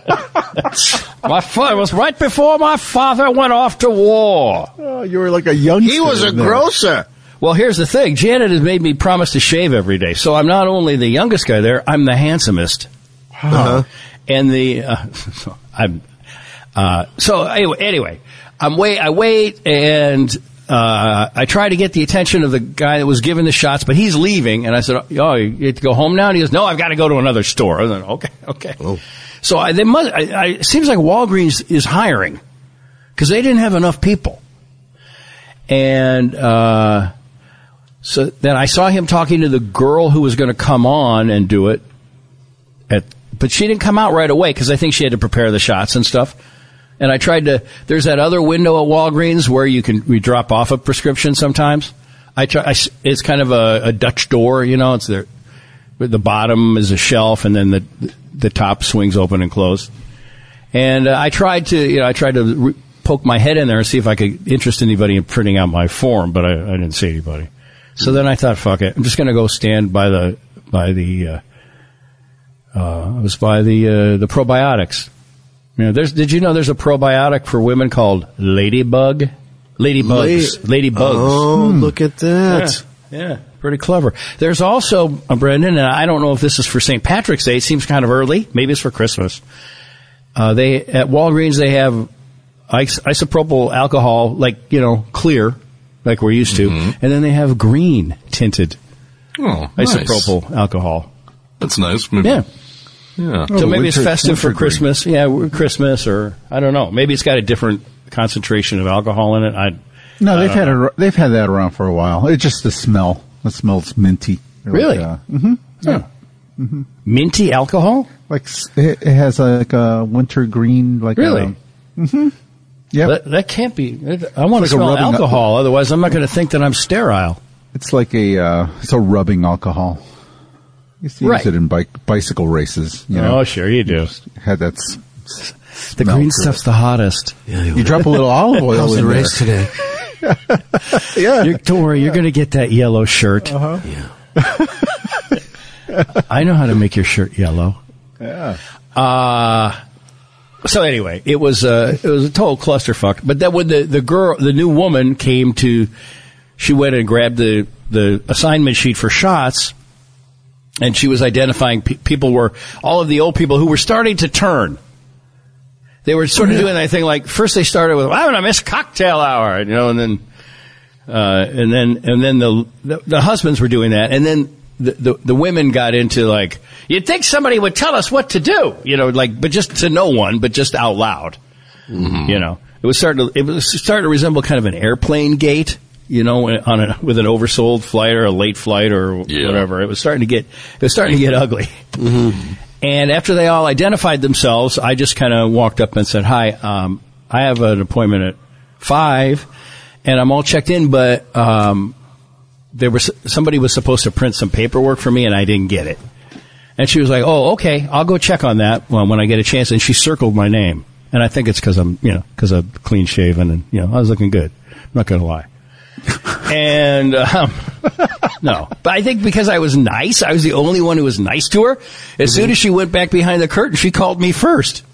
S1: My fa- it was right before my father went off to war.
S5: Oh, you were like a youngster. in there.
S4: grocer.
S1: Well, here's the thing. Janet has made me promise to shave every day. So I'm not only the youngest guy there, I'm the handsomest.
S4: Uh-huh.
S1: Uh-huh. And the, uh, I'm, uh, so anyway, anyway, I'm wait, I wait and, uh, I try to get the attention of the guy that was giving the shots, but he's leaving. And I said, Oh, you get to go home now? And he goes, No, I've got to go to another store. I was like, okay, okay. So I, they must, I, I, it seems like Walgreens is hiring because they didn't have enough people. And, uh, so then I saw him talking to the girl who was going to come on and do it. At, but she didn't come out right away because I think she had to prepare the shots and stuff. And I tried to. There's that other window at Walgreens where you can we drop off a prescription sometimes. I try. I s it's kind of a, a Dutch door, you know. It's there. but The bottom is a shelf, and then the the top swings open and closed. And uh, I tried to, you know, I tried to re- poke my head in there and see if I could interest anybody in printing out my form, but I, I didn't see anybody. So then I thought, fuck it, I'm just going to go stand by the by the uh, uh, it was by the uh, the probiotics. You know, there's did you know there's a probiotic for women called Ladybug, Ladybugs, Ladybugs.
S4: Oh, look at that.
S1: Hmm. Yeah, pretty clever. There's also, uh, Brendan, and I don't know if this is for St. Patrick's Day. It seems kind of early. Maybe it's for Christmas. Uh, they at Walgreens they have is- isopropyl alcohol, like you know, clear, like we're used to, and then they have green tinted
S3: Oh, nice. Hmm.
S1: isopropyl alcohol.
S3: That's nice. Maybe.
S1: Yeah.
S3: Yeah.
S5: Oh,
S1: So maybe it's
S2: Oh, winter-
S1: festive for
S2: winter green.
S1: Christmas. Yeah, we're- Christmas or I don't know. Maybe it's got a different concentration of alcohol in it. I
S2: no, they've had a, they've had that around for a while. It's just the smell. It smells minty.
S1: Really?
S2: Like, uh, mhm.
S1: minty alcohol.
S2: Like, s- it, it has like a winter green. Like
S1: Really?
S2: Um, hmm Yep.
S1: That, that can't be. I want to
S2: It's like a
S1: smell
S2: rubbing-
S1: alcohol, otherwise I'm not going to think that I'm sterile.
S2: It's like a uh, it's a rubbing alcohol. You used to
S1: Right.
S2: use it in bike bicycle races. You know,
S1: Oh, sure you do.
S2: had that. s-
S1: The
S2: Smell
S1: green
S2: good.
S1: stuff's the hottest.
S2: You drop a little olive oil
S4: How's
S2: in
S4: the
S2: there.
S4: race today?
S1: You're, don't worry, you're going to get that yellow shirt. Uh-huh. Yeah. I know how to make your shirt yellow. Yeah. Uh so anyway, it was a it was a total clusterfuck. But that when the the girl, the new woman came to, she went and grabbed the the assignment sheet for shots, and she was identifying pe- people were all of the old people who were starting to turn. They were sort of doing that thing like first they started with I'm gonna miss cocktail hour, you know, and then uh, and then and then the, the the husbands were doing that, and then the, the the women got into like you'd think somebody would tell us what to do, you know, like but just to no one, but just out loud, you know. It was starting to it was starting to resemble kind of an airplane gate, you know, on a, with an oversold flight or a late flight or
S3: Yeah.
S1: whatever. It was starting to get it was starting to get ugly. And after they all identified themselves, I just kind of walked up and said, "Hi, um, I have an appointment at five, and I'm all checked in, but um, there was somebody was supposed to print some paperwork for me, and I didn't get it." And she was like, "Oh, okay, I'll go check on that when, when I get a chance." And she circled my name, and I think it's because I'm, you know, because I'm clean shaven and you know I was looking good. I'm not gonna lie. and um, no, but I think because I was nice, I was the only one who was nice to her. As soon as she went back behind the curtain, she called me first.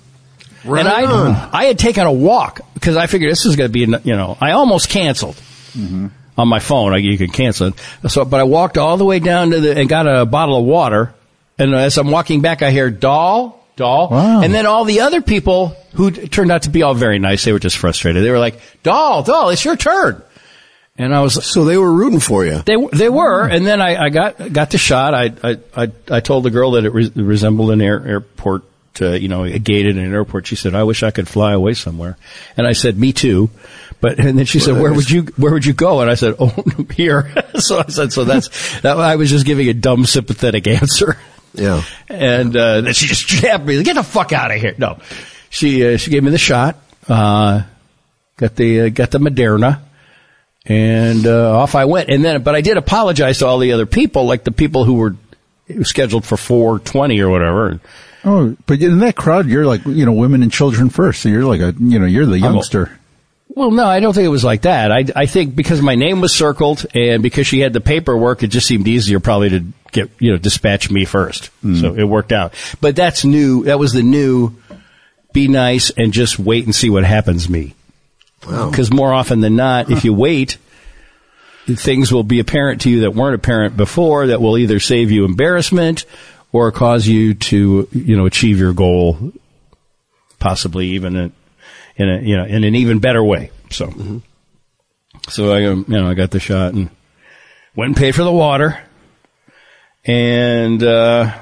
S1: and I, I had taken a walk because I figured this is going to be, you know, I almost canceled on my phone. I, you can cancel it. So, but I walked all the way down to the and got a bottle of water. And as I'm walking back, I hear doll, doll,
S2: Wow.
S1: and then all the other people who t- turned out to be all very nice. They were just frustrated. They were like, doll, doll, it's your turn. And I was
S4: So they were rooting for you.
S1: they were- they were, and then I, I got got the shot. I I I, I told the girl that it re- resembled an air, airport, uh, you know, a gated an airport. She said, "I wish I could fly away somewhere," and I said, "Me too." But and then she said, "Where would you Where would you go?" And I said, "Oh, here." so I said, "So that's that." I was just giving a dumb, sympathetic answer.
S4: Yeah.
S1: And uh, then she just jabbed me. Get the fuck out of here! No, she uh, she gave me the shot. Uh, got the uh, got the Moderna, and uh, off I went. And then, but I did apologize to all the other people, like the people who were scheduled for four twenty or whatever.
S2: Oh, but in that crowd, you're like you know women and children first. So you're like a you know you're the youngster.
S1: Well, no, I don't think it was like that. I, I think because my name was circled and because she had the paperwork, it just seemed easier probably to get, you know, dispatch me first. So it worked out. But that's new. That was the new be nice and just wait and see what happens me. Because more often than not, if you wait, things will be apparent to you that weren't apparent before that will either save you embarrassment or cause you to, you know, achieve your goal possibly even in, in a you know in an even better way. So, so I um, you know I got the shot and went and paid for the water, and uh,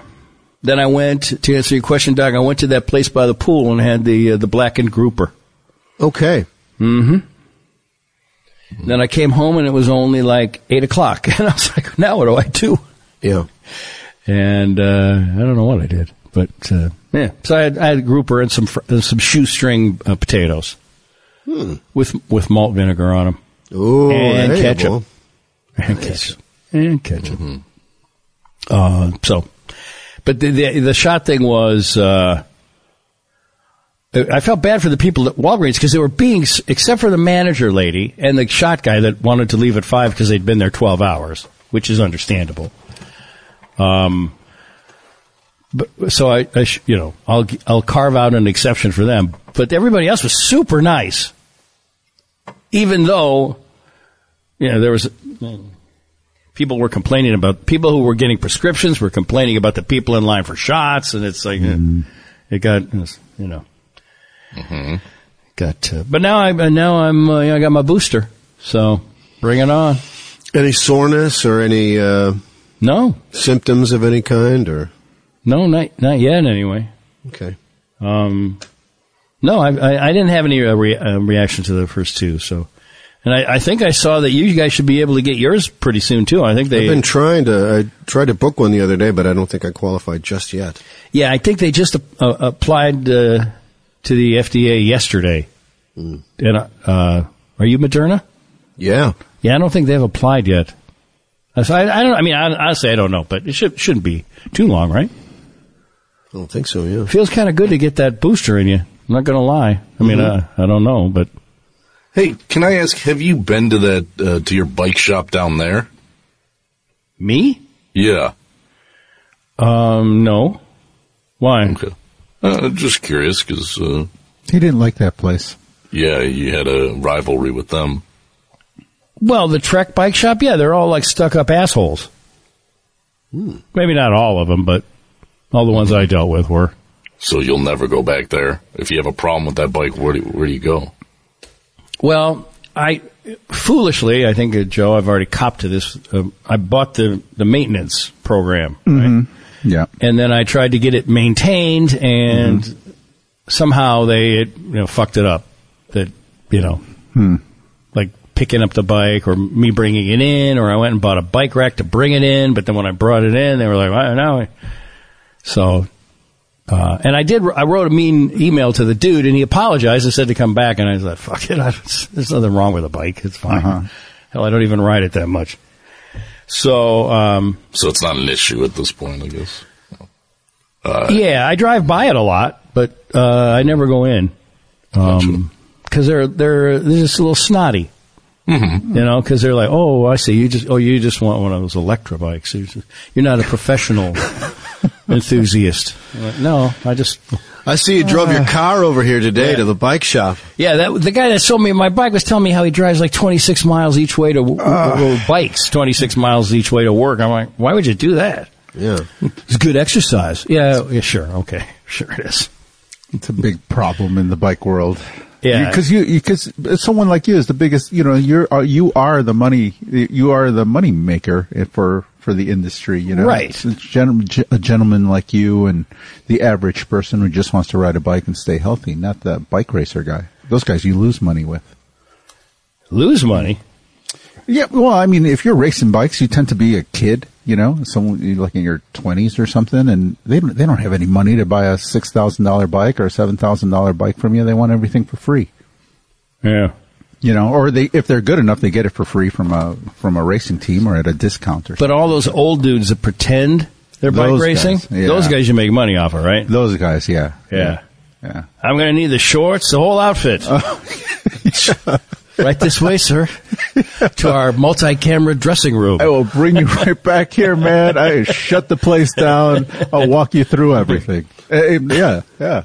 S1: then I went to answer your question, Doc. I went to that place by the pool and had the uh, the blackened grouper.
S4: Okay.
S1: Then I came home and it was only like eight o'clock, and I was like, now what do I do?
S4: Yeah.
S1: and uh, I don't know what I did, but uh, yeah. So I had, I had a grouper and some fr- and some shoestring uh, potatoes with with malt vinegar on them
S4: Ooh,
S1: And
S4: there you
S1: ketchup.
S4: go.
S1: and ketchup Mm-hmm. and ketchup. Uh, so, but the, the the shot thing was. Uh, I felt bad for the people at Walgreens because they were being, s- except for the manager lady and the shot guy that wanted to leave at five because they'd been there twelve hours, which is understandable. Um, but so I, I sh- you know, I'll I'll carve out an exception for them. But everybody else was super nice, even though, you know, there was people were complaining about people who were getting prescriptions were complaining about the people in line for shots, and it's like it, it got it was, you know, got. Uh, but now I am now I'm uh, I got my booster, so bring it on.
S4: Any soreness or any uh,
S1: No,
S4: symptoms of any kind, or
S1: no, not not yet anyway.
S4: okay.
S1: Um, no, I, I, I didn't have any uh, re, uh, reaction to the first two. So, and I, I think I saw that you guys should be able to get yours pretty soon too. I think they,
S4: I've been trying to. I tried to book one the other day, but I don't think I qualified just yet.
S1: yeah, I think they just uh, uh, applied uh, to the FDA yesterday. And uh, uh, are you Moderna?
S4: Yeah.
S1: Yeah, I don't think they've applied yet. I, so I, I don't. I mean, I, honestly, I don't know, but it should, shouldn't be too long, right?
S4: I don't think so. Yeah.
S1: Feels kind of good to get that booster in you. I'm not going to lie. I mean, uh, I don't know, but
S3: Hey, can I ask, have you been to that, uh, to your bike shop down there?
S1: me?
S3: Yeah.
S1: Um, no. Why?
S3: Okay. Uh, just curious because, uh,
S2: He didn't like that place.
S3: yeah, you had a rivalry with them.
S1: Well, the Trek bike shop, yeah, they're all like stuck up assholes. Maybe not all of them, but all the ones I dealt with were.
S3: So you'll never go back there. If you have a problem with that bike, where do, where do you go?
S1: Well, I foolishly, I think, uh, Joe, I've already copped to this. Um, I bought the the maintenance program,
S2: Mm-hmm.
S1: right?
S2: Yeah.
S1: and then I tried to get it maintained, and somehow they it, you know fucked it up. That you know,
S2: Hmm.
S1: like picking up the bike or me bringing it in, or I went and bought a bike rack to bring it in, but then when I brought it in, they were like, "Well, no." So, uh, and I did. I wrote a mean email to the dude, and he apologized and said to come back. And I said, "Fuck it, I, there's nothing wrong with a bike. It's fine. Hell, I don't even ride it that much." So, um,
S3: So it's not an issue at this point, I guess.
S1: yeah, I drive by it a lot, but uh, Um, I never go in because they're they're they're just a little snotty. You know, because they're like, oh, I see. You just, oh, you just want one of those Electra bikes. You're just- you're not a professional enthusiast. I'm like, no, I just.
S4: I see you drove your car over here today
S1: Uh. Yeah.
S4: to the bike shop.
S1: Yeah, that the guy that sold me my bike was telling me how he drives like 26 miles each way to w- w- bikes, 26 miles each way to work. I'm like, why would you do that?
S4: Yeah.
S6: It's good exercise.
S1: Yeah, yeah, sure, okay, sure it is.
S2: It's a big problem in the bike world.
S1: Yeah.
S2: because you because someone like you is the biggest. You know, you're uh, you are the money. You are the money maker for for the industry. You know,
S1: Right.
S2: It's, it's gen- a gentleman like you and the average person who just wants to ride a bike and stay healthy, not the bike racer guy. Those guys you lose money with.
S1: Lose money.
S2: Yeah, well, I mean, if you're racing bikes, you tend to be a kid, you know, someone you're like in your twenties or something, and they don't, they don't have any money to buy a six thousand dollar bike or a seven thousand dollar bike from you. They want everything for free,
S1: Yeah.
S2: you know, or they if they're good enough, they get it for free from a from a racing team or at a discount or something.
S1: But all those old dudes that pretend they're bike
S2: Those
S1: racing,
S2: guys, yeah.
S1: those guys you make money off of, right?
S2: Those guys, yeah,
S1: Yeah.
S2: yeah.
S1: I'm going to need the shorts, the whole outfit.
S2: Oh.
S1: right this way, sir, to our multi-camera dressing room.
S2: I will bring you right back here, man. I shut the place down. I'll walk you through everything. Eh, eh, Yeah, yeah.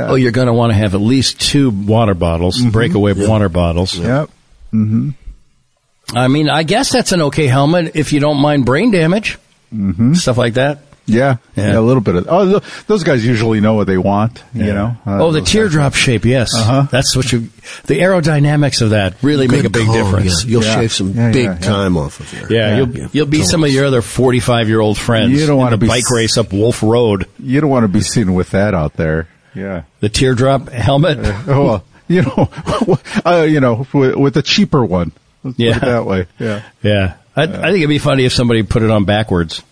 S1: Oh, you're going to want to have at least two water bottles,
S2: Mm-hmm.
S1: breakaway water bottles.
S2: Yep.
S1: I mean, I guess that's an okay helmet if you don't mind brain damage, mm-hmm. stuff like that.
S2: Yeah,
S1: Yeah.
S2: yeah, a little bit of. Oh, th- those guys usually know what they want. You
S1: Yeah.
S2: know. Uh,
S1: oh, the
S2: those
S1: teardrop shape, yes.
S2: Uh-huh.
S1: That's what you. The aerodynamics of that really make a big
S4: call,
S1: difference.
S4: yeah. You'll
S2: Yeah.
S4: shave some
S2: Yeah, yeah,
S4: big
S2: yeah.
S4: time off of here.
S1: Yeah, you'll you'll be some of your other forty five year old friends.
S2: You don't
S1: in
S2: wanna
S1: the
S2: be
S1: bike
S2: s-
S1: race up Wolf Road.
S2: guys- You don't want to be seen with that out there. Yeah.
S1: The teardrop helmet.
S2: Oh, well, you know, uh, you know, with, with the cheaper one. Let's
S1: Yeah.
S2: Put it that way. Yeah.
S1: Yeah, I, I think it'd be funny if somebody put it on backwards.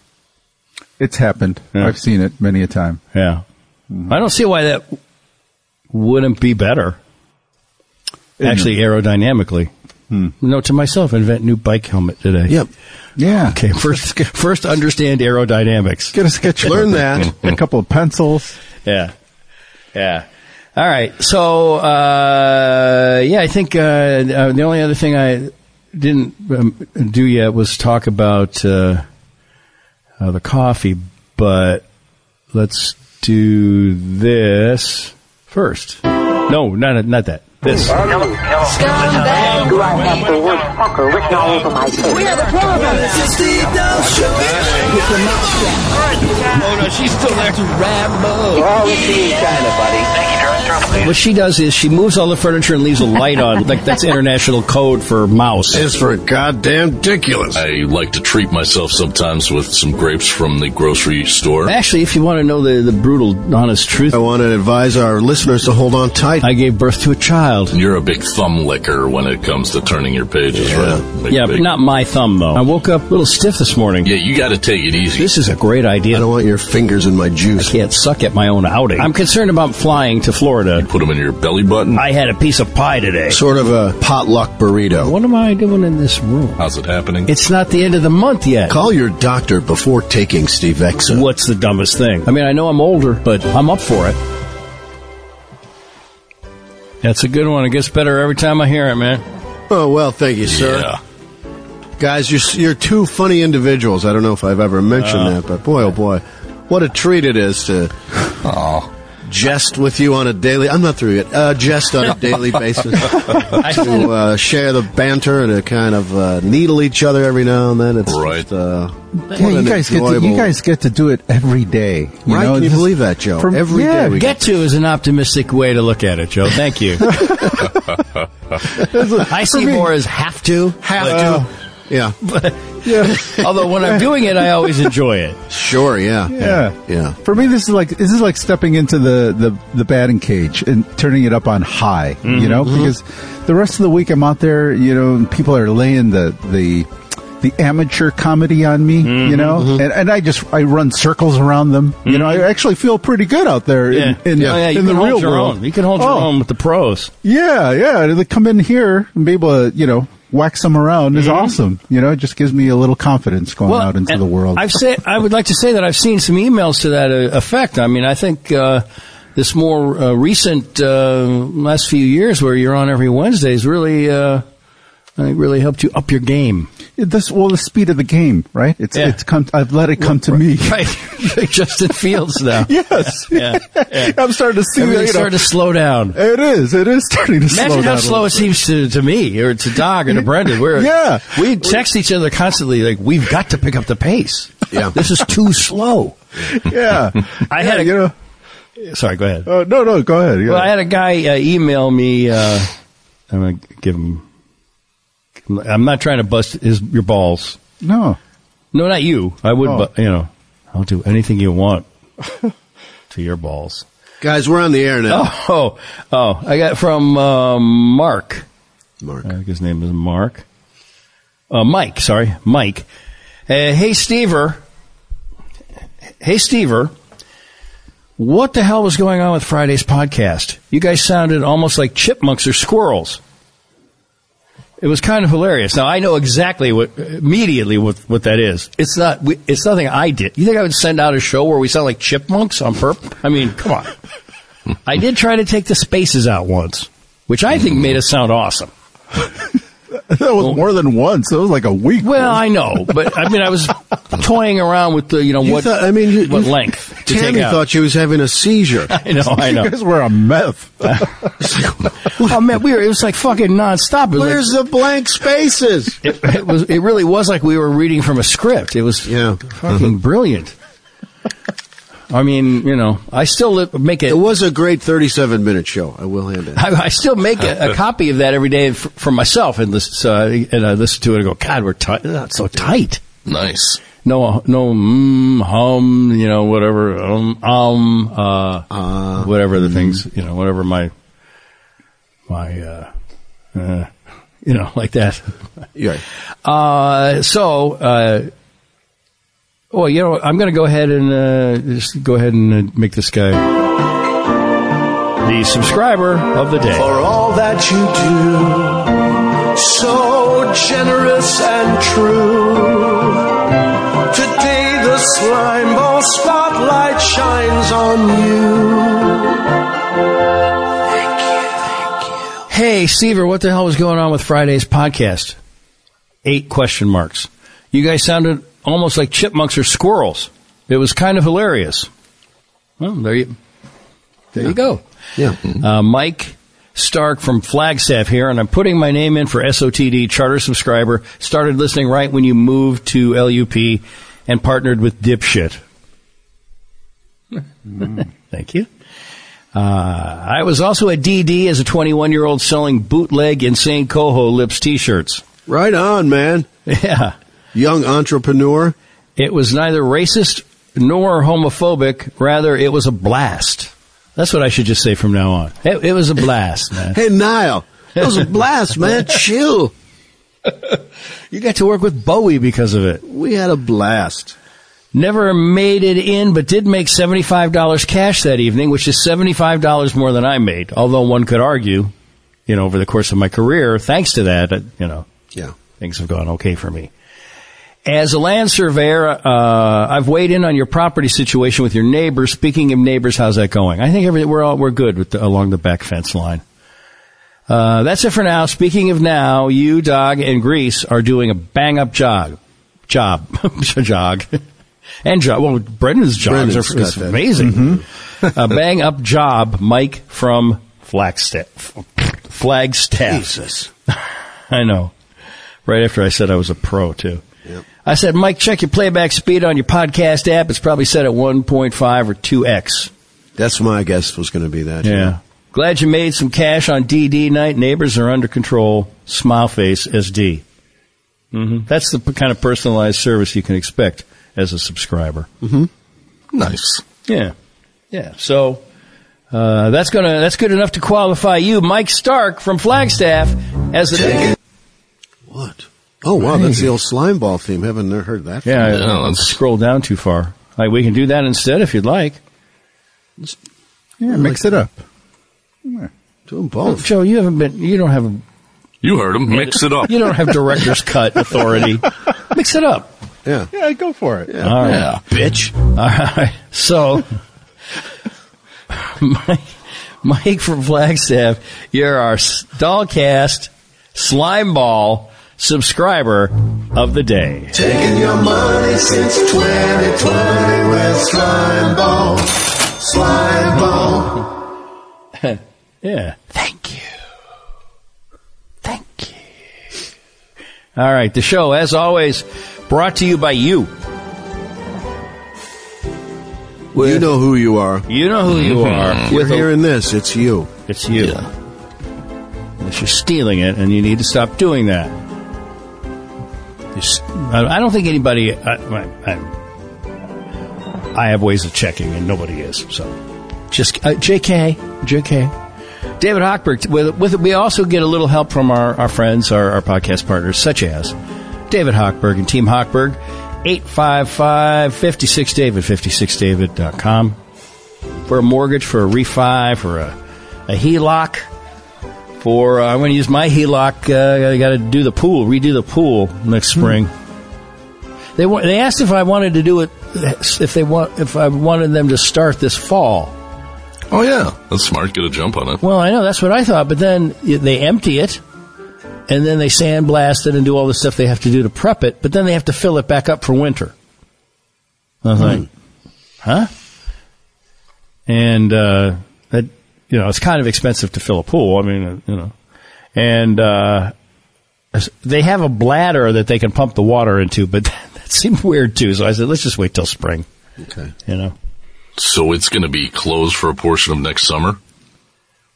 S2: It's happened.
S1: Yeah.
S2: I've seen it many a time.
S1: Yeah,
S2: Mm-hmm.
S1: I don't see why that wouldn't be better. Actually, aerodynamically. Note to myself: invent new bike helmet today.
S4: Yep.
S2: Hmm. Yeah.
S1: Okay, first first understand aerodynamics.
S2: Get a sketch.
S4: Learn that.
S2: A couple of pencils.
S1: Yeah. Yeah. All right. So, uh, yeah, I think uh, uh, the only other thing I didn't um, do yet was talk about uh, uh, the coffee, but let's do this first. No, not not that. This.
S7: Do I have to work fucker written all over my face? We are the problem.
S1: What she does is she moves all the furniture and leaves a light on. Like that's international code for mouse.
S4: It's for goddamn ridiculous.
S3: I like to treat myself sometimes with some grapes from the grocery store.
S1: Actually, if you want to know the, the brutal, honest truth,
S4: I want to advise our listeners to hold on tight.
S1: I gave birth to a child.
S3: You're a big thumb licker when it comes to turning your pages, right? Big,
S1: Yeah, but
S3: big-
S1: not my thumb though. I woke up a little stiff this morning.
S3: Yeah, you got to take it easy.
S1: This is a great
S4: I
S1: idea.
S4: don't want your fingers in my juice.
S1: Can't suck at my own outing. I'm concerned about flying to Florida.
S3: Put them in your belly button.
S1: I had a piece of pie today.
S4: Sort of a potluck burrito.
S1: What am I doing in this room?
S3: How's it happening?
S1: It's not the end of the month yet.
S4: Call your doctor before taking Steve Exa.
S1: What's the dumbest thing? I mean, I know I'm older, but I'm up for it. That's a good one. It gets better every time I hear it, man.
S4: Oh, well, thank you, sir.
S3: yeah.
S4: Guys, you're, you're two funny individuals. I don't know if I've ever mentioned
S1: Uh.
S4: that, but boy, oh boy, what a treat it is to jest with you on a daily. I'm not through yet. Uh, jest on a daily basis to uh, share the banter and to kind of uh, needle each other every now and then. It's
S3: Right.
S4: just, uh, what
S2: Yeah,
S4: an
S2: you guys get to, you
S4: enjoyable-
S2: guys get to do it every day. You
S4: Right?
S2: know,
S4: Can you
S2: This-
S4: believe that, Joe?
S2: from-
S4: Every
S2: yeah,
S4: day we
S1: Get to is an optimistic way to look at it, Joe. Thank you. I see more as have to.
S4: have to. Yeah,
S1: Although when I'm doing it, I always enjoy it.
S4: sure. Yeah,
S2: Yeah.
S4: yeah.
S2: For me, this is like this is like stepping into the the, the batting cage and turning it up on high.
S1: Mm-hmm.
S2: You know, because the rest of the week I'm out there. You know, and people are laying the the the amateur comedy on me.
S1: Mm-hmm.
S2: You know, and, and I just I run circles around them. You know, I actually feel pretty good out there
S1: Mm-hmm. Yeah.
S2: in, in,
S1: Oh, yeah, you
S2: in the
S1: can hold
S2: real
S1: your
S2: world.
S1: own. You can hold your
S2: Oh.
S1: own with the pros.
S2: Yeah, yeah. To come in here and be able to you know whack some around is awesome. You know, it just gives me a little confidence going out
S1: Mm-hmm.
S2: into
S1: and
S2: the world.
S1: I've said I would like to say that I've seen some emails to that uh, effect. I mean, I think uh, this more uh, recent uh, last few years where you're on every Wednesday is really uh, I think really helped you up your game.
S2: This well, the speed of the game, right? It's
S1: Yeah.
S2: it's come. I've let it come to me.
S1: Right. Justin Fields now.
S2: Yes,
S1: Yeah. yeah.
S2: I'm starting to see.
S1: Everything
S2: you know,
S1: started to slow down.
S2: it is. It is starting to
S1: Imagine
S2: slow
S1: how
S2: down a
S1: slow
S2: little
S1: it seems to, to me or to Dog or to Brendan. We're,
S2: Yeah.
S1: We text each other constantly like, we've got to pick up the pace.
S4: Yeah.
S1: This is too slow.
S2: bit. Yeah,
S1: I
S2: Yeah,
S1: had a-
S2: you know.
S1: Sorry, go ahead.
S2: Oh, no, no, go ahead. Yeah.
S1: Well, I had a guy uh, email me. Uh, I'm going to give him. I'm not trying to bust his your balls.
S2: no,
S1: No, not you. I would,
S2: Oh.
S1: but you know, I'll do anything you want to your balls.
S4: Guys, we're on the air now.
S1: Oh, oh, oh, I got from uh, Mark.
S4: Mark.
S1: Uh, I think his name is Mark. Uh, Mike, sorry, Mike. Uh, hey, Stever. Hey, Stever. What the hell was going on with Friday's podcast? You guys sounded almost like chipmunks or squirrels. It was kind of hilarious. Now I know exactly what immediately what, what that is. It's not. We, it's nothing I did. You think I would send out a show where we sound like chipmunks on purpose? I mean, come on. I did try to take the spaces out once, which I think made us sound awesome.
S2: that was more than once. It was like a week.
S1: Well, I know, but I mean, I was toying around with the you know
S4: You
S1: what
S4: thought- I mean, you-
S1: what
S4: you-
S1: length to
S4: Tammy
S1: take out.
S4: thought she was having a seizure.
S1: I know, I know.
S2: you guys were on meth.
S1: oh man, we were. It was like fucking nonstop. It was like-
S4: Where's the blank spaces?
S1: it, it was. It really was like we were reading from a script. It was
S4: Yeah. Mm-hmm.
S1: fucking brilliant. I mean, you know, I still li- make it.
S4: It was a great 37 minute show. I will hand it.
S1: I, I still make a, a copy of that every day for, for myself, and listen, so I, and I listen to it and go, God, we're tight. That's so tight.
S3: Nice.
S1: No, no, mm, hum, you know, whatever, um, um, uh, whatever the things, you know, whatever my, my, uh, uh, you know, like that.
S4: Yeah.
S1: Uh, so, uh, well, you know, I'm going to go ahead and uh, just go ahead and uh, make this guy the subscriber of the day.
S8: for all that you do. So generous and true. Today the slime ball spotlight shines on you.
S1: Hey, Stever, what the hell was going on with Friday's podcast? Eight question marks. You guys sounded almost like chipmunks or squirrels. It was kind of hilarious. Well, there you, there you go.
S4: Yeah.
S1: Uh, Mike Stark from Flagstaff here, and I'm putting my name in for SOTD charter subscriber. Started listening right when you moved to LUP and partnered with Dipshit. Thank you. Uh, I was also a DD as a 21 year old selling bootleg Insane Coho Lips t shirts.
S4: Right on, man.
S1: Yeah.
S4: Young entrepreneur.
S1: It was neither racist nor homophobic. Rather, it was a blast. That's what I should just say from now on. It, it was a blast, man.
S4: Hey, Niall. That was a blast, man. Chill.
S1: You got to work with Bowie because of it.
S4: We had a blast.
S1: Never made it in, but did make $75 cash that evening, which is $75 more than I made. Although one could argue, you know, over the course of my career, thanks to that, uh, you know,
S4: Yeah.
S1: things have gone okay for me. As a land surveyor, uh, I've weighed in on your property situation with your neighbors. Speaking of neighbors, how's that going? I think every, we're all, we're good with the, along the back fence line. Uh, that's it for now. Speaking of now, you, Dog, and Grease are doing a bang up jog, job, jog, and job. Well, Brendan's jobs
S4: Brendan's
S1: are is
S4: got that. Mm-hmm.
S1: amazing. a bang up job, Mike from Flagstaff. Flagstaff.
S4: Jesus.
S1: I know. Right after I said I was a pro too. I said, Mike, check your playback speed on your podcast app. It's probably set at 1.5 or 2x.
S4: That's my guess was going to be that.
S1: Glad you made some cash on DD night. Neighbors are under control. Smile face SD. Mm-hmm. That's the p- kind of personalized service you can expect as a subscriber.
S3: Nice.
S1: Yeah. Yeah. So, uh, that's gonna, that's good enough to qualify you, Mike Stark from Flagstaff as the,
S4: What? Oh, wow. That's the old slime ball theme. Haven't heard that.
S1: yeah, I-
S3: Yeah,
S1: I
S3: that's-
S1: scroll down too far. Like, we can do that instead if you'd like.
S2: yeah, mix it up.
S4: Do them both.
S1: Joe, you haven't been. You don't have.
S3: You heard him. Mix it up.
S1: You don't have director's cut authority. Mix it up.
S4: Yeah.
S2: Yeah, go for it.
S1: All right.
S3: Yeah.
S4: Bitch.
S1: All right. So, Mike, Mike from Flagstaff, you're our s- dollcast slime ball subscriber of the day.
S8: Taking your money since 2020 with slime ball, slime ball.
S1: Yeah. Thank you. Thank you. All right. The show, as always, brought to you by you.
S4: you know who you are.
S1: You know who you are.
S4: You're
S1: With a-
S4: hearing this. It's you.
S1: it's you. Unless you're stealing it, and you need to stop doing that. You s- I I don't think anybody. I, I, I- I have ways of checking, and nobody is. So, just uh, J.K. J.K. David Hochberg. With, with we also get a little help from our, our friends, our, our podcast partners, such as David Hochberg and Team Hochberg. 855 56 David, 56David.com. For a mortgage, for a refi, for a, a E HELOC, for uh, I'm going to use my HELOC. Uh, I got to do the pool, redo the pool next spring. They wa- they asked if I wanted to do it, if they want, if I wanted them to start this fall.
S3: Oh yeah, that's smart. Get a jump on it.
S1: Well, I know that's what I thought, but then y- they empty it, and then they sandblast it and do all the stuff they have to do to prep it, but then they have to fill it back up for winter. I was like, huh? And uh, that you know, it's kind of expensive to fill a pool. I mean, uh, you know, and uh, s- they have a bladder that they can pump the water into, but that seemed weird too. So I said, let's just wait till spring. Okay, you know.
S3: So it's going to be closed for a portion of next summer.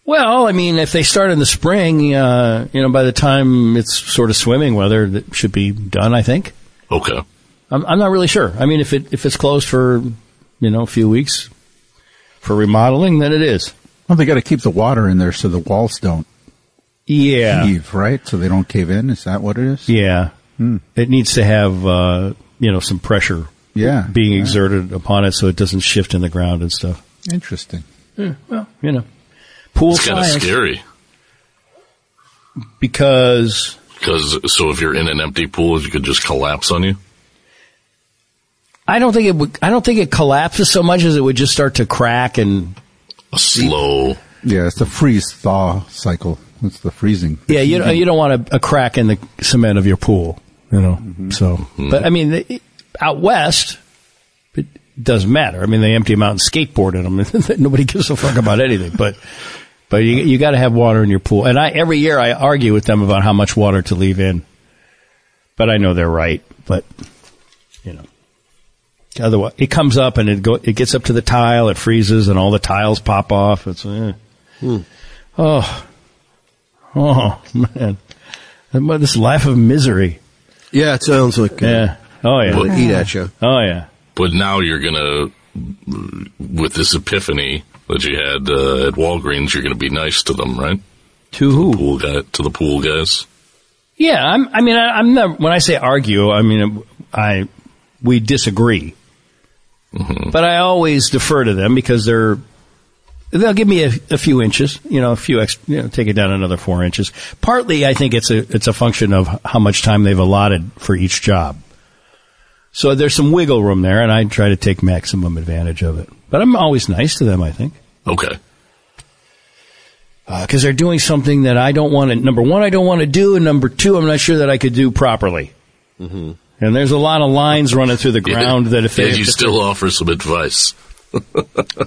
S1: Well, I mean, if they start in the spring, uh, you know, by the time it's sort of swimming weather, that should be done. I think.
S3: Okay.
S1: I'm, I'm not really sure. I mean, if it if it's closed for you know a few weeks for remodeling, then it is.
S2: Well, they got to keep the water in there so the walls don't
S1: Yeah,
S2: cave, right? So they don't cave in. Is that what it is?
S1: yeah. It needs to have uh, you know some pressure
S2: Yeah.
S1: being
S2: Yeah.
S1: exerted upon it so it doesn't shift in the ground and stuff.
S2: Interesting.
S1: Well, you know, pool
S3: It's kind of
S1: science
S3: scary
S1: because
S3: because so if you're in an empty pool, you could just collapse on you.
S1: I don't think it would. I don't think it collapses so much as it would just start to crack and
S3: A slow.
S2: Yeah, it's the freeze thaw cycle. It's the freezing.
S1: Yeah, you don't, you don't want a, a crack in the cement of your pool, you know. So, but I mean, the, out west, it doesn't matter. I mean, they empty them out and skateboard in them. Nobody gives a fuck about anything. But but you you got to have water in your pool. And I every year I argue with them about how much water to leave in. But I know they're right. But you know, otherwise it comes up and it go it gets up to the tile, it freezes, and all the tiles pop off. It's eh. oh. Oh man, this life of misery.
S4: Yeah, it sounds like uh,
S1: Yeah. Oh
S4: will
S1: yeah.
S4: eat at you.
S1: Oh yeah.
S3: But now you're gonna, with this epiphany that you had uh, at Walgreens, you're gonna be nice to them, right?
S1: To who?
S3: Pool guy to the pool guys.
S1: Yeah. I'm, I mean, I, I'm not. When I say argue, I mean I we disagree. But I always defer to them because they're they'll give me a, a few inches, you know, a few ex, you know, take it down another four inches. Partly, I think it's a it's a function of how much time they've allotted for each job. So there's some wiggle room there, and I try to take maximum advantage of it. But I'm always nice to them. I think.
S3: Okay.
S1: because Uh, they're doing something that I don't want to. Number one, I don't want to do, and number two, I'm not sure that I could do properly. And there's a lot of lines running through the ground that if
S3: Mm-hmm. Yeah,
S1: they
S3: you still offer some advice.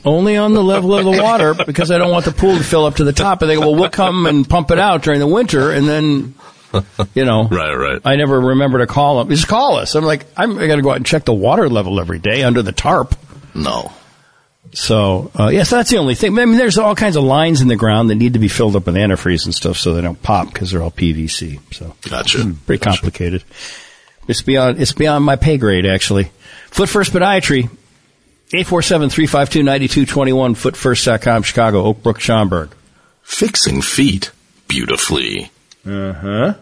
S1: only on the level of the water, because I don't want the pool to fill up to the top, and they go, well, we'll come and pump it out during the winter, and then you know,
S3: Right, right.
S1: I never remember to call them. Just call us. I'm like, I'm I got to go out and check the water level every day under the tarp.
S3: No.
S1: So uh, yes, that's the only thing. I mean, there's all kinds of lines in the ground that need to be filled up with antifreeze and stuff so they don't pop because they're all PVC. So
S3: Gotcha.
S1: pretty complicated. It's beyond it's beyond my pay grade actually. Foot First Podiatry, 847-352-9221, footfirst.com, Chicago, Oak Brook, Schaumburg.
S3: Fixing feet beautifully.
S1: Uh-huh.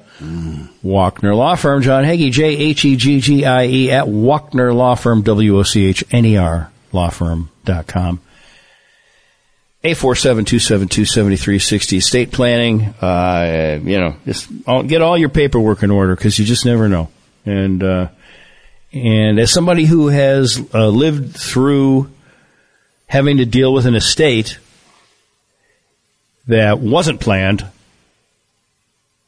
S1: Walkner Law Firm, John Hagee, E J-H-E-G-G-I-E at Walkner Law Firm, W-O-C-H-N-E-R, E lawfirm.com. 847-272-7360, estate planning, uh, you know, just all, get all your paperwork in order because you just never know. And, uh, and as somebody who has uh, lived through having to deal with an estate that wasn't planned,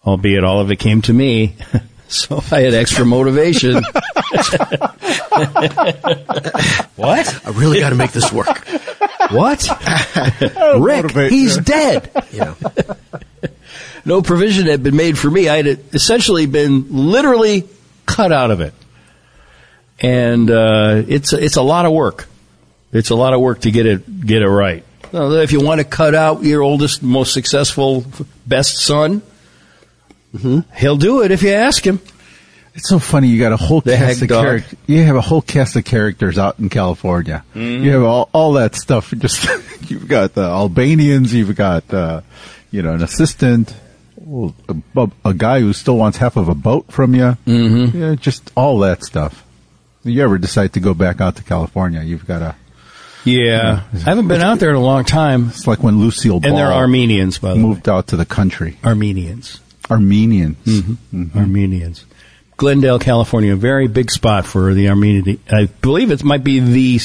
S1: albeit all of it came to me. So I had extra motivation. what?
S4: I really got to make this work.
S1: What? Rick,
S5: motivate
S1: he's dead.
S4: You know,
S1: No provision had been made for me. I had essentially been literally cut out of it. And uh, it's it's a lot of work. It's a lot of work to get it get it right. Now, If you want to cut out your oldest, most successful, best son, he'll do it if you ask him.
S2: It's so funny. You got a whole
S1: The
S2: cast
S1: Hag
S2: of
S1: Dog.
S2: characters. You have a whole cast of characters out in California.
S1: Mm-hmm.
S2: You have all, all that stuff. Just you've got the Albanians. You've got uh, you know an assistant, well, a, bu- a guy who still wants half of a boat from you. Mm-hmm. Yeah, just all that stuff. If you ever decide to go back out to California, you've got a.
S1: Yeah, I haven't been out there in a long time.
S2: It's like when Lucille Ball
S1: And they're Armenians, by the way.
S2: moved out to the country. Mm-hmm.
S1: Armenians.
S2: Armenians.
S1: Mm-hmm. Armenians. Glendale, California, a very big spot for the Armenian. I believe it might be the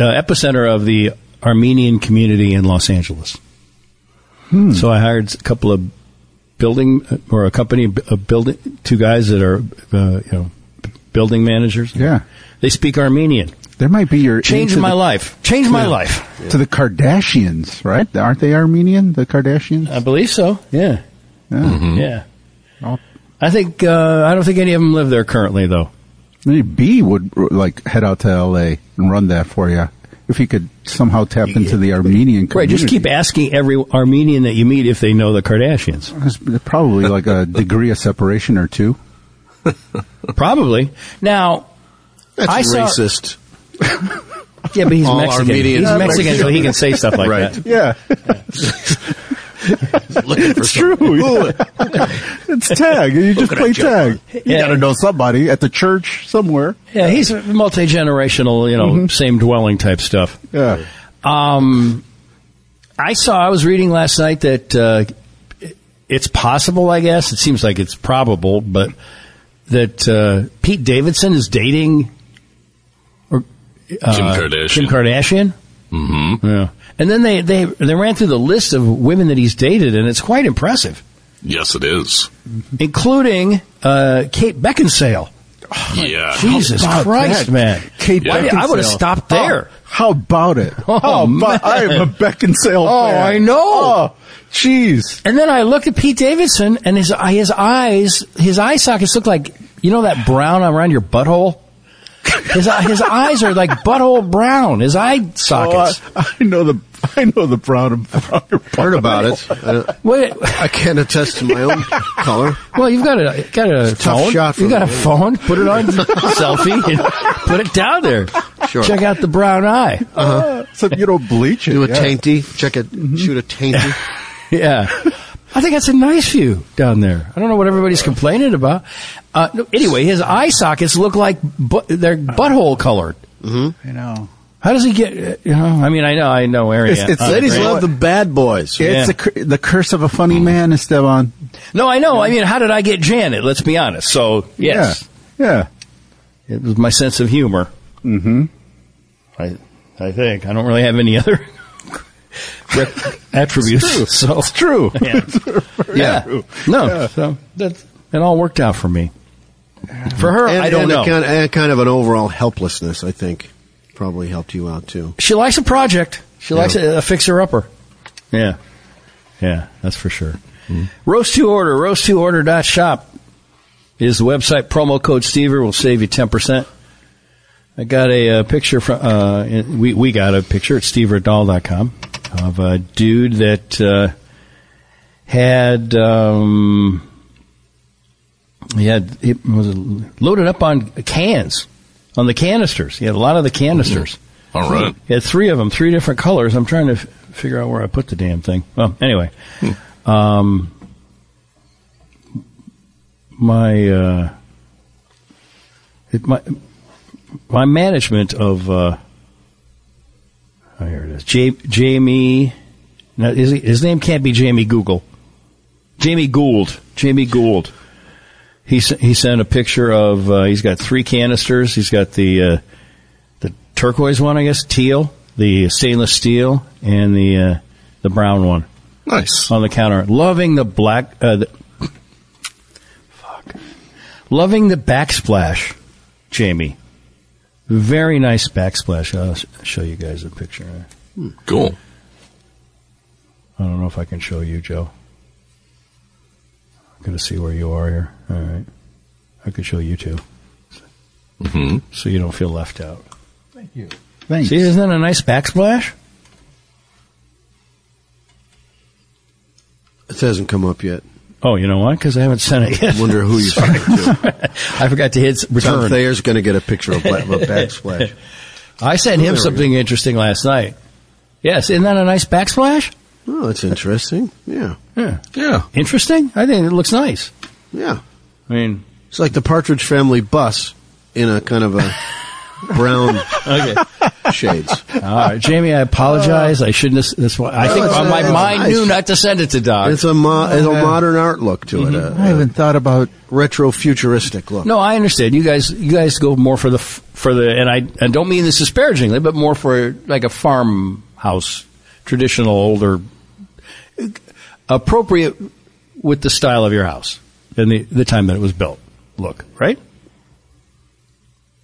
S1: uh, epicenter of the Armenian community in Los Angeles. So I hired a couple of building uh, or a company of building two guys that are uh, you know building managers.
S2: Yeah,
S1: They speak Armenian.
S2: there might be your
S1: Changed
S2: into
S1: my
S2: the-
S1: life. Changed my life.
S2: to the Kardashians, right? Aren't they Armenian? The Kardashians.
S1: I believe so. Yeah. Mm-hmm.
S2: Yeah.
S1: Yeah.
S2: Oh.
S1: I think uh, I don't think any of them live there currently, though.
S2: Maybe B would like head out to L.A. and run that for you if he could somehow tap into the Armenian community.
S1: Right. Just keep asking every Armenian that you meet if they know the Kardashians.
S2: There's probably like a degree of separation or two.
S1: Probably. Now,
S4: that's
S1: I saw-
S4: racist.
S1: yeah, but he's
S4: All
S1: Mexican.
S4: Armenians
S1: he's
S4: are
S1: Mexican, so he can say stuff like
S4: Right.
S1: that.
S2: Yeah,
S4: Looking for
S2: it's true. it's tag. You just play tag. You
S1: Yeah.
S2: got to know somebody at the church somewhere.
S1: Yeah, he's multi generational. You know, same dwelling type stuff.
S2: Yeah.
S1: Um, I saw. I was reading last night that uh, it's possible. I guess it seems like it's probable, but that uh, Pete Davidson is dating or uh,
S3: Kim Kardashian.
S1: Kim Kardashian. Mm-hmm. Yeah. And then they, they they ran through the list of women that he's dated, and it's quite impressive,
S3: Yes, it is.
S1: including uh, Kate Beckinsale.
S3: yeah.
S1: Jesus
S2: How about
S1: Christ,
S2: that?
S1: man!
S2: Kate
S3: Yeah.
S1: I- I would've
S2: Beckinsale. Oh,
S1: stopped there.
S2: How, how about it?
S1: Oh,
S2: how about, I am a Beckinsale
S1: Oh,
S2: fan.
S1: I know.
S2: Oh, jeez.
S1: And then I looked at Pete Davidson, and his his eyes, his eye sockets look like you know that brown around your butthole. His his eyes are like butthole brown. His eye sockets.
S2: Oh, I, I know the I know the brown. brown
S4: Heard about it. I, don't-
S1: Wait,
S4: I can't attest to my own color.
S1: well, you've got a got a,
S4: tough
S1: phone.
S4: shot for
S1: you got a
S4: me.
S1: phone. Put it on selfie and put it down there.
S4: Sure.
S1: Check out the brown eye.
S2: Uh-huh. Uh, So you don't bleach it.
S4: Do a
S2: yeah.
S4: tainty. Check it.
S1: Mm-hmm.
S4: Shoot a tainty.
S1: Yeah. I think that's a nice view down there. I don't know what everybody's complaining about. Uh, no, anyway, his eye sockets look like bu- they're butthole colored.
S2: I know.
S1: How does he get? uh, You know, I mean, I know, I know Ariana.
S2: It's- it's
S1: uh,
S4: Ladies
S1: Grant.
S4: love the bad boys.
S1: Yeah.
S2: It's the cur- the curse of a funny man, Esteban.
S1: No, I know. I mean, how did I get Janet? Let's be honest. So yes,
S2: Yeah.
S1: it was my sense of humor. Mm-hmm. I, I think I don't really have any other rep- attributes. So
S2: It's true.
S1: yeah, yeah.
S2: true.
S1: no.
S2: Yeah.
S1: So that it all worked out for me. For her,
S4: And,
S1: I don't
S4: and a
S1: know.
S4: Kind and kind of an overall helplessness, I think, probably helped you out too.
S1: she likes a project. She likes
S4: Yeah.
S1: a, a fixer-upper. Yeah, yeah, that's for sure. Roast to order, roast to order dot shop is the website. Promo code Stever will save you ten percent. I got a, uh picture from uh, in- we we got a picture at steverdahl.com of a dude that uh, had um, he had he was loaded up on cans on the canisters. He had a lot of the canisters.
S3: All right.
S1: He had three of them, three different colors. I'm trying to f- figure out where I put the damn thing. Well, anyway, um, my uh, it, my my management of uh, oh, here it is, J, Jamie. Now, his, his name can't be Jamie Google. Jamie Gould. Jamie Gould. He s- he sent a picture of uh, he's got three canisters. He's got the uh, the turquoise one, I guess, teal, the stainless steel, and the uh, the brown one
S3: Nice.
S1: on the counter. Loving the black. Uh, the, fuck. Loving the backsplash, Jamie. Very nice backsplash. I'll sh- show you guys a picture.
S3: Cool.
S1: I don't know if I can show you, Joe. I'm going to see where you are here. All right. I could show you too.
S3: Mhm.
S1: So you don't feel left out.
S2: Thanks.
S1: See, isn't that a nice backsplash?
S4: It hasn't come up yet.
S1: Oh, you know why? Because I haven't sent it yet.
S4: Wonder who you're talking to.
S1: I forgot to hit s-
S4: Tom
S1: return.
S4: Thayer's going to get a picture of a bla- of a backsplash.
S1: I sent
S4: There
S1: him
S4: we
S1: something interesting last night. Yes, isn't that a nice backsplash?
S4: Oh, that's interesting. Yeah,
S1: Yeah.
S3: Yeah.
S1: Interesting? I think it looks nice.
S4: yeah.
S1: I mean,
S4: It's like the Partridge Family bus in a kind of a brown
S1: okay.
S4: shades.
S1: All right, Jamie, I apologize. I shouldn't have. That's why I think
S4: it's, uh,
S1: my
S4: it's
S1: mind
S4: nice.
S1: knew not to send it to Doc.
S4: It's a mo- it's a modern art look to it.
S1: Mm-hmm.
S4: uh,
S2: I
S4: A,
S2: haven't thought about.
S4: retro futuristic look.
S1: no, I understand. You guys, you guys go more for the f- for the, and I, I don't mean this disparagingly, but more for like a farmhouse, traditional, older, appropriate with the style of your house and the the time that it was built. Look, right?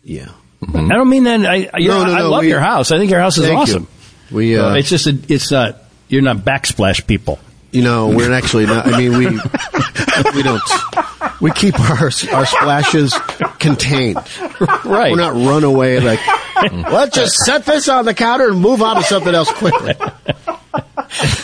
S4: Yeah.
S1: I don't mean that. I, I-
S4: No, no,
S1: I
S4: no,
S1: love
S4: we-
S1: your house. I think your house is
S4: Thank
S1: awesome.
S4: you. We uh,
S1: It's just a, it's not. You're not backsplash people.
S4: you know, we're actually not. I mean, we we don't. We keep our our splashes contained.
S1: Right.
S4: We're not run away like. Let's just set this on the counter and move on to something else quickly.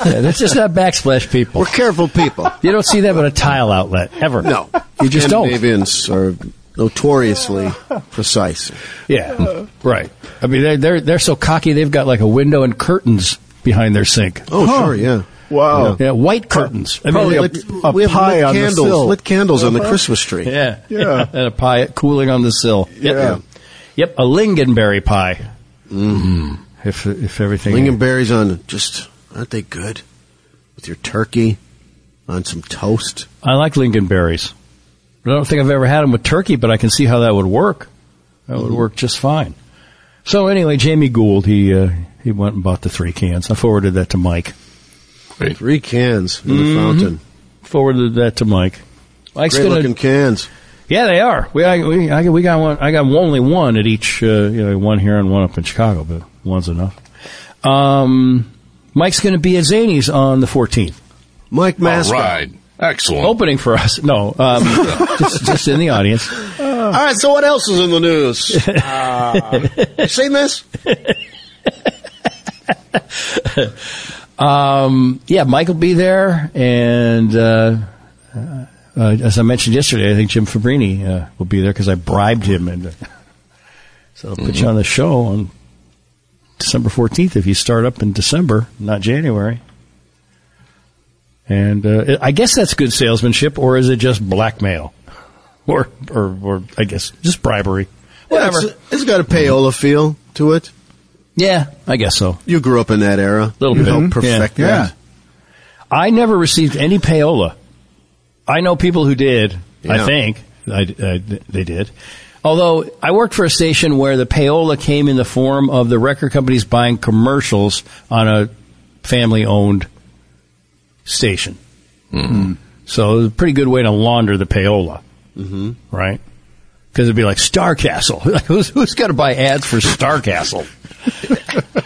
S1: Yeah, that's just not backsplash people.
S4: We're careful people.
S1: You don't see that at a tile outlet ever.
S4: No,
S1: you just don't.
S4: Scandinavians are notoriously precise.
S1: Yeah, right. I mean, they're, they're they're so cocky. They've got like a window and curtains behind their sink.
S4: Oh, sure, yeah.
S2: Wow.
S1: Yeah, white curtains. I mean,
S2: Probably
S1: yeah,
S2: like- A pie
S4: lit
S2: on the
S4: candles,
S2: sill.
S4: lit candles on the Christmas tree.
S1: yeah,
S2: Yeah.
S1: and a pie cooling on the sill. Yep.
S4: Yeah.
S1: Yep, a lingonberry pie. Mm-hmm. If if everything
S4: Lingonberries on just aren't they good with your turkey on some toast?
S1: I like lingonberries. I don't think I've ever had them with turkey, but I can see how that would work. That would work just fine. So anyway, Jamie Gould he uh, he went and bought the three cans. I forwarded that to Mike.
S3: Great.
S4: Three cans in the fountain.
S1: Forwarded that to Mike. Mike's
S4: Great
S1: gonna-
S4: looking cans.
S1: yeah, they are. We I, we I we got one. I got only one at each. Uh, you know, one here and one up in Chicago, but one's enough. Um, Mike's going to be at Zany's on the 14th,
S4: Mike Master.
S3: All right. Excellent.
S1: opening for us. No, um, just, just in the audience.
S4: All right, so what else is in the news? Uh, you seen this?
S1: Um, yeah, Mike will be there, and uh, uh, as I mentioned yesterday, I think Jim Fabrini uh, will be there because I bribed him, and uh, so I'll put you on the show on December fourteenth if you start up in December, not January. And uh, I guess that's good salesmanship, or is it just blackmail, or or, or I guess just bribery? Whatever.
S4: Yeah, it's- it's got a payola feel to it.
S1: Yeah, I guess so.
S4: You grew up in that era.
S1: Little
S4: you
S1: bit.
S4: helped perfect
S2: Yeah.
S4: that.
S1: I never received any payola. I know people who did. I
S4: Yeah.
S1: think I, I- they did. Although I worked for a station where the payola came in the form of the record companies buying commercials on a family-owned station. So it was a pretty good way to launder the payola, mm-hmm. right? Because it'd be like Star Castle. who's who's going to buy ads for Star Castle?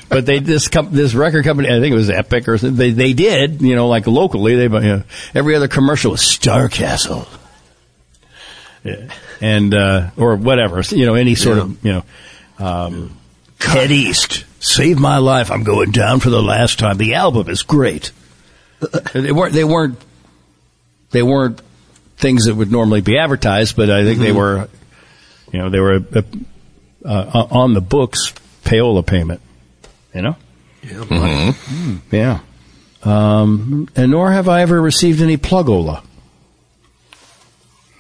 S1: but they this com- this record company, I think it was Epic or something. They they did, you know, like locally. They you know, every other commercial was Star Castle, yeah. and uh, or whatever, you know, any sort of you know, um, Ted East, save my life. I'm going down for the last time. The album is great. they weren't they weren't they weren't things that would normally be advertised, but I think they were, you know, they were uh, uh, on the books payola payment. You know? Hmm. Yeah. Yeah. Um, and nor have I ever received any plugola.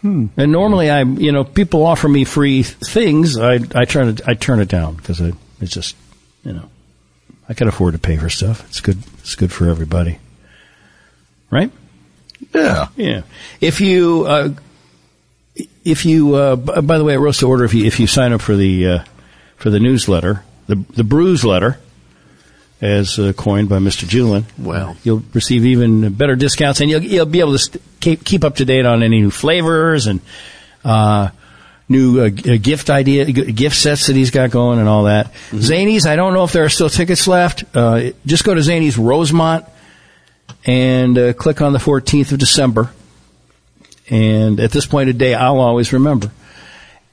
S1: Hmm. And normally, I you know people offer me free things. I I turn it I turn it down because it's just you know I can afford to pay for stuff. It's good. It's good for everybody, right?
S3: Yeah.
S1: Yeah. If you, uh, if you, uh, b- by the way, at Roast to Order, if you if you sign up for the uh, for the newsletter, the the Bruise letter, as uh, coined by Mister Julin,
S4: Wow.
S1: you'll receive even better discounts, and you'll you'll be able to st- keep keep up to date on any new flavors and uh, new uh, g- uh, gift idea, g- gift sets that he's got going, and all that. Zanies, I don't know if there are still tickets left. Uh, just go to Zanies Rosemont and uh, click on the 14th of December. And at this point of day, I'll always remember.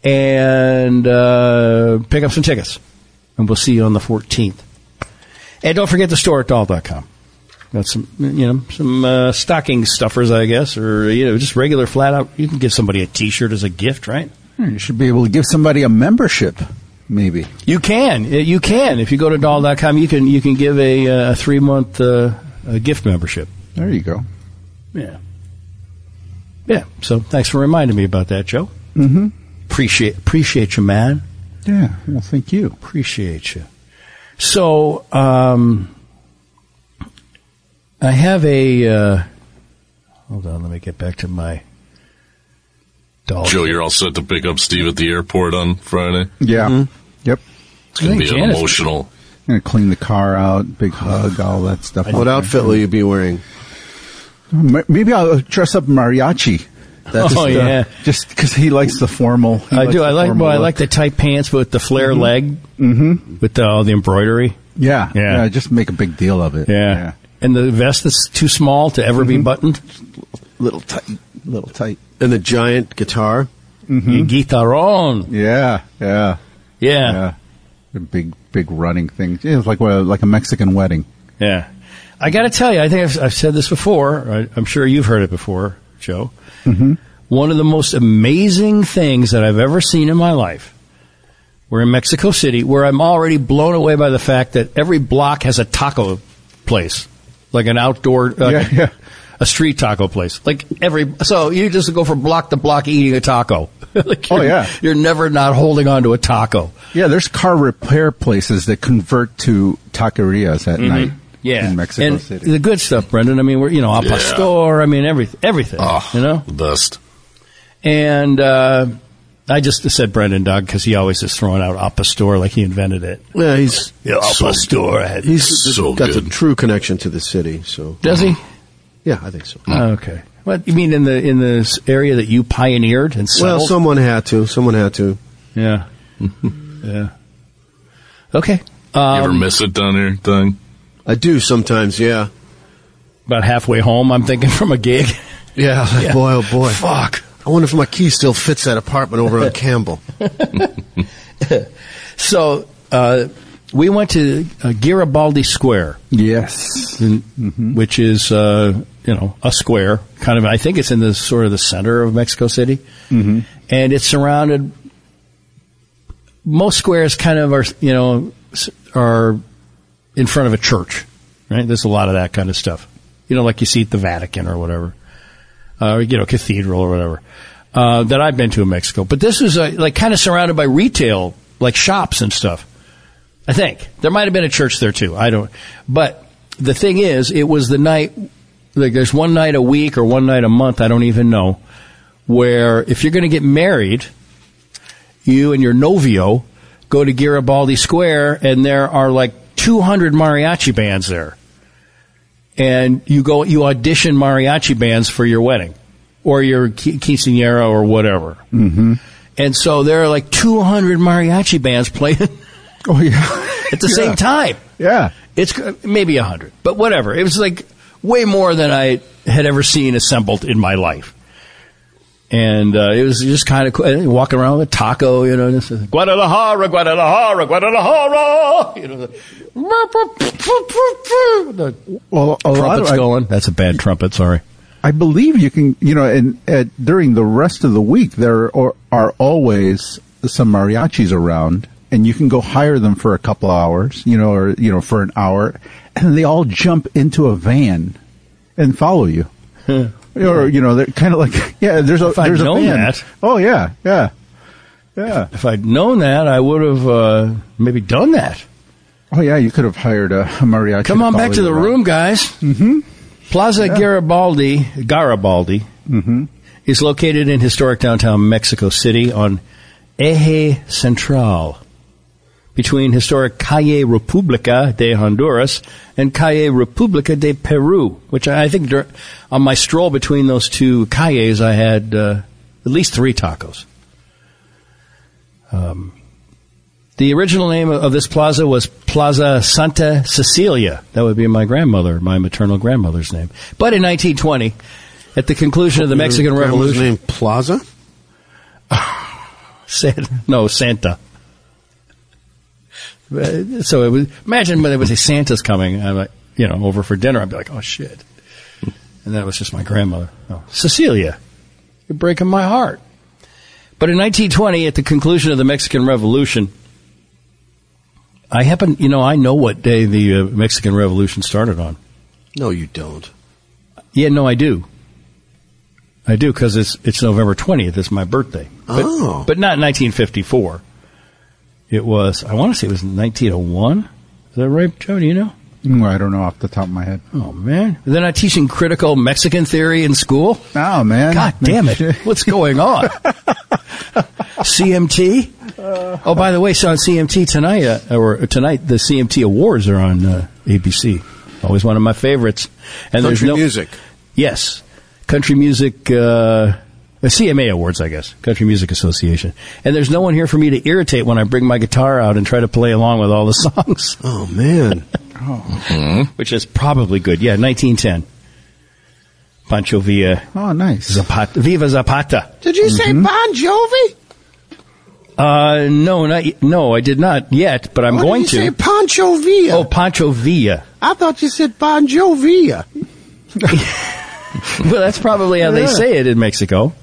S1: And uh, pick up some tickets. And we'll see you on the 14th. And don't forget the store at doll.com. Got some, you know, some uh, stocking stuffers, I guess, or you know, just regular flat out. You can give somebody a T-shirt as a gift, right?
S2: You should be able to give somebody a membership, maybe.
S1: You can, uh, you can. If you go to doll.com, you can you can give a, uh, a three month uh, a gift membership.
S2: There you go.
S1: Yeah. Yeah. So thanks for reminding me about that, Joe.
S2: Mm-hmm.
S1: Appreciate appreciate you, man.
S2: Yeah. Well, thank you.
S1: Appreciate you. So um, I have a. Uh, hold on, let me get back to my. Doll.
S3: Joe, you're all set to pick up Steve at the airport on Friday.
S2: Yeah. Mm-hmm. Yep.
S3: It's
S1: I
S3: going to
S1: think
S3: be an
S1: Janice-
S3: emotional.
S2: Gonna clean the car out, big hug, all that stuff. Oh,
S4: What outfit will you be wearing?
S2: Ma- Maybe I'll uh, dress up mariachi.
S1: That's- Oh, yeah.
S2: Just because he likes the formal. he
S1: I
S2: likes
S1: do.
S2: the
S1: I like.
S2: formal
S1: Well, I
S2: look.
S1: like the tight pants, but with the flare leg, mm-hmm. with the, all the embroidery.
S2: Yeah,
S1: Yeah.
S2: yeah. Just make a big deal of it.
S1: and the vest that's too small to ever
S2: Mm-hmm.
S1: be buttoned.
S2: Little tight. Little tight.
S4: And the giant guitar?
S1: Guitaron.
S2: Yeah. Yeah.
S1: Yeah,
S2: Yeah. The big, big running thing. Yeah, It's like a, like a Mexican wedding.
S1: yeah. I got to tell you, I think I've, I've said this before. I, I'm sure you've heard it before, Joe.
S2: Mm-hmm.
S1: One of the most amazing things that I've ever seen in my life. We're in Mexico City, where I'm already blown away by the fact that every block has a taco place, like an outdoor, uh,
S2: Yeah, yeah.
S1: a street taco place. Like every, so you just go from block to block eating a taco. Like
S2: Oh,
S1: you're-
S2: yeah.
S1: you're never not holding on to a taco.
S2: Yeah. There's car repair places that convert to taquerias at night.
S1: Mm-hmm. Yeah,
S2: In Mexico
S1: and
S2: City.
S1: The good stuff, Brendan. I mean, we're you know, a
S3: Yeah.
S1: pastor. I mean, everything, everything.
S3: Oh,
S1: You know,
S3: the best.
S1: and uh, I just said Brendan Doug because he always is throwing out a pastor like he invented it.
S4: Yeah, he's
S1: Yeah, a pastor.
S4: he's
S3: So
S4: got the
S3: good.
S4: true connection to the city. So
S1: Does he? Oh,
S4: yeah, I think so.
S1: Okay. What you mean in the in this area that you pioneered and
S4: Well,
S1: settled?
S4: someone had to. Someone had to.
S1: yeah, yeah. Okay, Um,
S3: you ever miss it down here, Doug?
S4: I do sometimes. Yeah.
S1: about halfway home, I'm thinking from a gig.
S4: Yeah.
S1: Yeah.
S4: Boy, oh boy.
S1: Fuck.
S4: I wonder if my key still fits that apartment over on Campbell.
S1: So uh, we went to uh, Garibaldi Square.
S2: yes.
S1: in- which is uh, you know a square kind of. I think it's in the sort of the center of Mexico City, mm-hmm. and it's surrounded. Most squares kind of are you know s- are in front of a church, right? There's a lot of that kind of stuff. You know, like you see at the Vatican or whatever, uh, or, you know, cathedral or whatever uh, that I've been to in Mexico. But this is uh like kind of surrounded by retail, like shops and stuff. I think there might have been a church there too. I don't. But the thing is, it was the night. Like, there's one night a week or one night a month. I don't even know where if you're going to get married, you and your novio go to Garibaldi Square, and there are like 200 mariachi bands there, and you go you audition mariachi bands for your wedding or your qui- quinceanera or whatever. Mm-hmm. And so there are like 200 mariachi bands playing
S2: Oh, yeah.
S1: at the
S2: Yeah.
S1: same time.
S2: Yeah.
S1: It's uh, maybe a hundred, but whatever. It was like way more than I had ever seen assembled in my life, and uh, it was just kind of cool. walking around with a taco, you know, and this is, Guadalajara, Guadalajara, Guadalajara, you know. The, the
S2: Well, a lot of,
S1: trumpet's
S2: I-
S1: going. That's a bad trumpet. Sorry.
S2: I believe you can, you know, and at, during the rest of the week, there are, are always some mariachis around, and you can go hire them for a couple hours, you know, or, you know, for an hour, and they all jump into a van and follow you. or, you know, they're kind of like, yeah, there's a,
S1: I'd
S2: there's a
S1: known
S2: van.
S1: that.
S2: Oh, yeah, yeah, yeah.
S1: If I'd known that, I would have uh, maybe done that.
S2: Oh, yeah, you could have hired a, a mariachi.
S1: Come on
S2: follow
S1: back to
S2: you
S1: the
S2: around.
S1: room, guys. Mm-hmm. Plaza Garibaldi, Garibaldi, Mm-hmm.
S2: Mm-hmm.
S1: is located in historic downtown Mexico City on Eje Central, between historic Calle Republica de Honduras and Calle Republica de Peru, which I think dur- on my stroll between those two calles, I had uh, at least three tacos. Um, the original name of of this plaza was Plaza Santa Cecilia. That would be my grandmother, my maternal grandmother's name. But in 1920, at the conclusion of the Mexican
S4: Your grandma's
S1: Revolution,
S4: name Plaza.
S1: Santa, no Santa. Uh, So it was. Imagine when they would say Santa's coming. I'm like, you know, over for dinner. I'd be like, oh shit. And that was just my grandmother, oh, Cecilia. You're breaking my heart. But in 1920, at the conclusion of the Mexican Revolution, I happen, you know, I know what day the uh, Mexican Revolution started on.
S4: No, you don't.
S1: Yeah, no, I do. I do because it's it's November twentieth. It's my birthday. But,
S4: Oh.
S1: but not nineteen fifty four. It was. I want to say it was nineteen oh one. Is that right, Joe? Do you know?
S2: Mm, I don't know off the top of my head.
S1: Oh man, they're not teaching critical Mexican theory in school.
S2: Oh man!
S1: God damn it! What's going on? CMT.
S4: Uh.
S1: Oh, by the way, so on CMT tonight uh, or tonight the CMT awards are on uh, ABC. Always one of my favorites. And there's
S4: Country
S1: no
S4: music.
S1: Yes, country music. Uh, the CMA Awards, I guess, Country Music Association. And there's no one here for me to irritate when I bring my guitar out and try to play along with all the songs,
S4: Oh man,
S1: which is probably good. Yeah, 1910. Pancho Villa
S2: Oh, nice.
S1: Zapata. Viva Zapata. Did you say Bon Jovi? Uh, no, not y- no, I did not yet, but I'm
S4: Why
S1: going
S4: did you
S1: to.
S4: say Pancho Villa?
S1: oh, Pancho Villa.
S4: I thought you said Bon Jovia.
S1: well, that's probably how they say it in Mexico.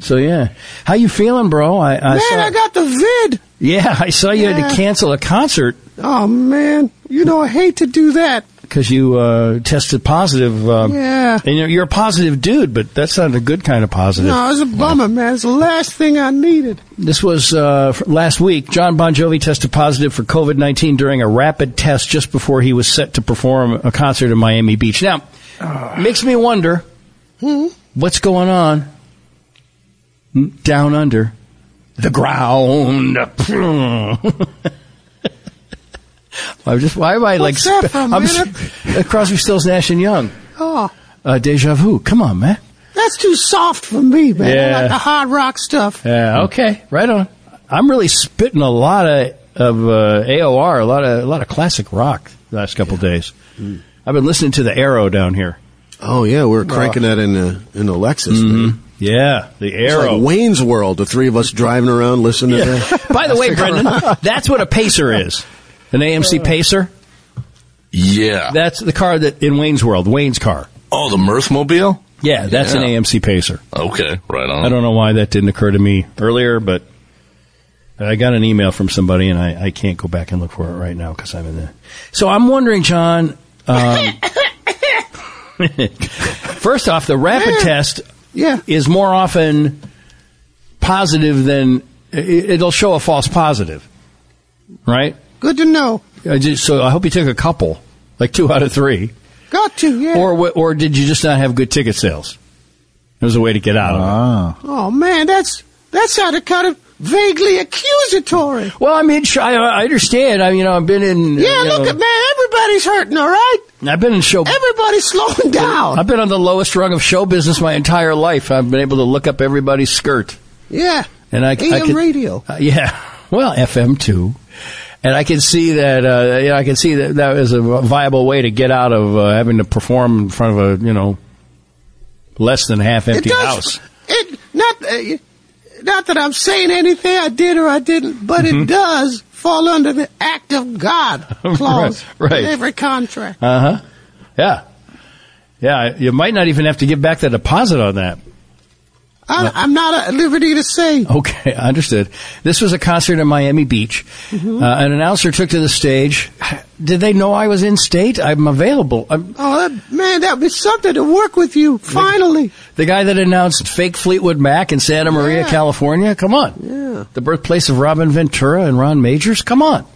S1: So yeah, how you feeling, bro? I, I
S4: Man,
S1: saw,
S4: I got the vid.
S1: Yeah, I saw you had
S4: Yeah.
S1: to cancel a concert
S4: Oh man, you know I hate to do that.
S1: because you uh, tested positive. Um,
S4: Yeah.
S1: and you're, you're a positive dude, but that's not a good kind of positive.
S4: No, it's a bummer, man. It's the last thing I needed.
S1: This was uh, f- last week. John Bon Jovi tested positive for COVID 19 during a rapid test just before he was set to perform a concert in Miami Beach. Now,
S4: Ah.
S1: makes me wonder
S4: Hmm?
S1: what's going on down under the ground. I'm just, why am I
S4: What's
S1: like,
S4: that from,
S1: I'm
S4: man?
S1: s- Crosby, Stills, Nash, and Young.
S4: Oh,
S1: Uh, deja vu. Come on, man.
S4: that's too soft for me, man.
S1: Yeah.
S4: I like the hard rock stuff.
S1: Yeah. Okay. Right on. I'm really spitting a lot of of uh, AOR, a lot of a lot of classic rock the last couple days.
S4: Mm.
S1: I've been listening to the Arrow down here.
S4: Oh yeah, we were cranking that in a in a Lexus. man.
S1: Yeah, the
S4: It's
S1: Mm-hmm. Arrow.
S4: like Wayne's World. The three of us driving around listening to that.
S1: By the way, Brendan, that's what a pacer is. An AMC pacer.
S3: Yeah.
S1: That's the car that in Wayne's World, Wayne's car.
S3: oh, the Mirthmobile?
S1: Yeah, that's an
S3: Yeah.
S1: AMC pacer.
S3: Okay, right on.
S1: I don't know why that didn't occur to me earlier, but I got an email from somebody, and I, I can't go back and look for it right now because I'm in there. So I'm wondering, John. Um, first off, the rapid test
S4: Yeah.
S1: is more often positive than i- it'll show a false positive, right?
S4: Good to know.
S1: I just, so I hope you took a couple, like two out of three,
S4: Got to, yeah.
S1: or wh- or did you just not have good ticket sales? It was a way to get out of it.
S2: Ah,
S4: oh man, that's that sounded kind of vaguely accusatory.
S1: Well, I mean, sh- I, I understand. I, you know, I've been in. uh,
S4: Yeah,
S1: you
S4: look
S1: know,
S4: at man, everybody's hurting, all right?
S1: I've been in show.
S4: Everybody's slowing down.
S1: I've been on the lowest rung of show business my entire life. I've been able to look up everybody's skirt,
S4: Yeah.
S1: and I, I
S4: AM
S1: could-
S4: radio.
S1: Uh, yeah, well, FM too, and I can see that. Uh, you know, I can see that that is a viable way to get out of uh, having to perform in front of a you know less than half empty house.
S4: It not uh, not that I'm saying anything I did or I didn't, but it does fall under the act of God clause
S1: Mm-hmm. Right, right.
S4: in every contract.
S1: Uh huh. Yeah. Yeah, you might not even have to give back the deposit on that.
S4: I, I'm not at liberty to say.
S1: Okay, I understood. This was a concert in Miami Beach.
S4: Mm-hmm.
S1: Uh, an announcer took to the stage. Did they know I was in state? I'm available. I'm,
S4: Oh that, man, that would be something to work with you. Finally,
S1: the guy that announced fake Fleetwood Mac in Santa Maria,
S4: Yeah.
S1: California. Come on.
S4: Yeah.
S1: The birthplace of Robin Ventura and Ron Majors. Come on.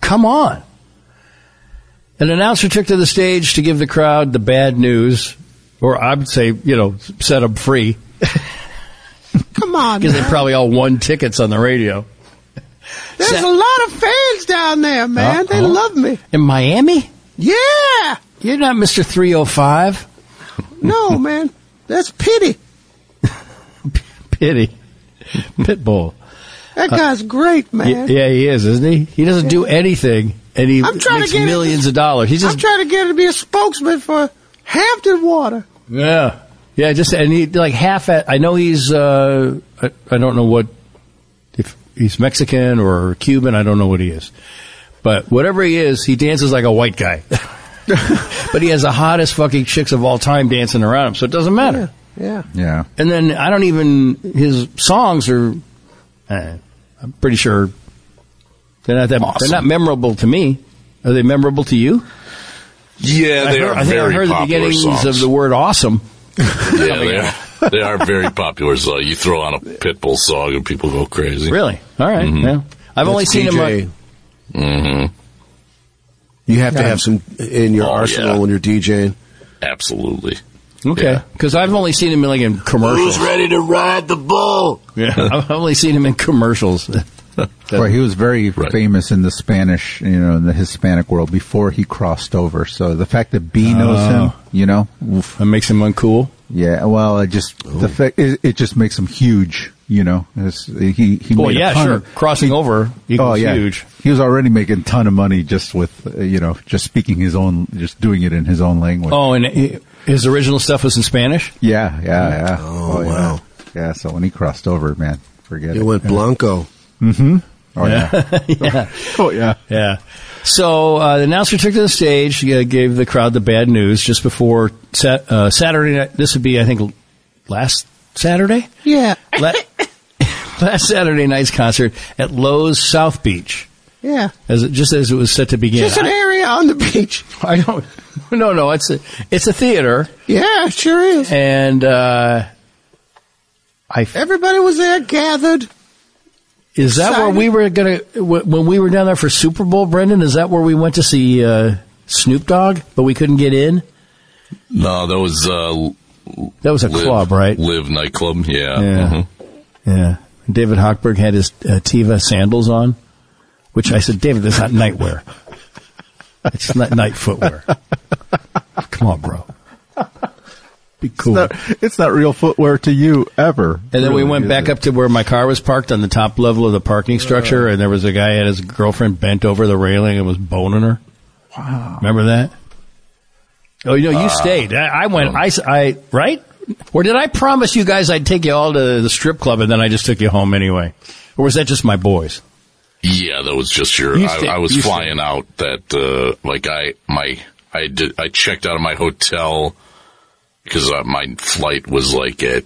S1: Come on. An announcer took to the stage to give the crowd the bad news, or I would say, you know, set them free.
S4: come on.
S1: Because they
S4: man.
S1: probably all won tickets on the radio.
S4: There's a lot of fans down there, man. They
S1: Uh-oh.
S4: love me.
S1: In Miami?
S4: Yeah.
S1: You're not Mr. 305.
S4: No, man. That's pity.
S1: pity. Pitbull.
S9: That guy's great, man.
S1: Uh, Yeah, yeah, he is, isn't he? He doesn't do anything, and he
S9: I'm trying to
S1: makes
S9: get it-
S1: millions of dollars. He's
S9: I'm
S1: just
S9: trying to get him to be a spokesman for Hampton Water.
S1: yeah, yeah. Just and he like half at. I know he's. Uh, I, I don't know what if he's Mexican or Cuban. I don't know what he is, but whatever he is, he dances like a white guy. but he has the hottest fucking chicks of all time dancing around him, so it doesn't matter.
S9: Yeah.
S2: Yeah.
S1: And then I don't even his songs are. Uh, I'm pretty sure they're not that. They're not memorable to me. Are they memorable to you?
S3: Yeah,
S1: I,
S3: they
S1: heard,
S3: are
S1: I think I
S3: very
S1: heard the
S3: popular
S1: beginnings
S3: songs.
S1: of the word "awesome."
S3: yeah, they are. They are very popular. So you throw on a Pitbull song and people go crazy.
S1: Really? All right, Yeah. I've only
S4: That's
S1: seen
S4: DJ.
S1: him. uh, on-
S3: Mm-hmm.
S4: You have to have some in your
S3: Oh,
S4: arsenal
S3: yeah.
S4: when you're DJing.
S3: Absolutely.
S1: Okay,
S3: Yeah.
S1: because I've only seen him in like in commercials.
S3: ready to ride the bull?
S1: Yeah, I've only seen him in commercials.
S2: Right, he was very
S3: Right.
S2: famous in the Spanish, you know, in the Hispanic world before he crossed over. So the fact that B knows
S1: Oh.
S2: him, you know, oof.
S1: That makes him uncool.
S2: yeah. Well, it just the fact it, it just makes him huge, you know. It's, he he
S1: Well,
S2: made a
S1: yeah,
S2: ton
S1: sure.
S2: of-
S1: Crossing over equals
S2: oh yeah,
S1: huge.
S2: He was already making a ton of money just with uh, you know just speaking his own, just doing it in his own language.
S1: Oh, and he- his original stuff was in Spanish.
S2: Yeah, yeah, yeah.
S4: Oh,
S2: yeah.
S4: wow.
S2: Yeah, so when he crossed over, man, forget it.
S4: It went Blanco.
S2: oh yeah. oh yeah.
S1: Yeah. So uh, the announcer took to the stage, uh, gave the crowd the bad news just before sat- uh, Saturday night. This would be, I think, last Saturday.
S9: Yeah.
S1: La- last Saturday night's concert at Lowe's South Beach,
S9: Yeah.
S1: as it, just as it was set to begin.
S9: Just an area on the beach.
S1: I, I don't. No, no, it's a, it's a theater,
S9: Yeah, it sure is.
S1: and uh, I f-
S9: Everybody was there gathered.
S1: is that where we were gonna wh- when we were down there for Super Bowl, Brendan? Is that where we went to see uh, Snoop Dogg, but we couldn't get in?
S3: No, that was uh,
S1: That was a
S3: Live-
S1: club, right?
S3: Live nightclub. Yeah.
S1: Yeah.
S3: Mhm.
S1: Yeah. David Hochberg had his uh, Tiva sandals on, which I said, David, that's not nightwear. It's not night footwear. Come on, bro. Be cool.
S2: Not- it's not real footwear to you ever.
S1: and then we
S2: Really,
S1: went
S2: is
S1: back
S2: it?
S1: up to where my car was parked on the top level of the parking structure, and there was a guy had his girlfriend bent over the railing and was boning her. Wow. Remember that? Oh, you know, you stayed. I, I went, I, s- I- right? Or did I promise you guys I'd take you all to the strip club and then I just took you home anyway? Or was that just my boys?
S3: Yeah, that was just your.
S1: You
S3: I,
S1: stay-
S3: I was
S1: you stay.
S3: flying out that uh, like I my I did I checked out of my hotel because uh, my flight was like at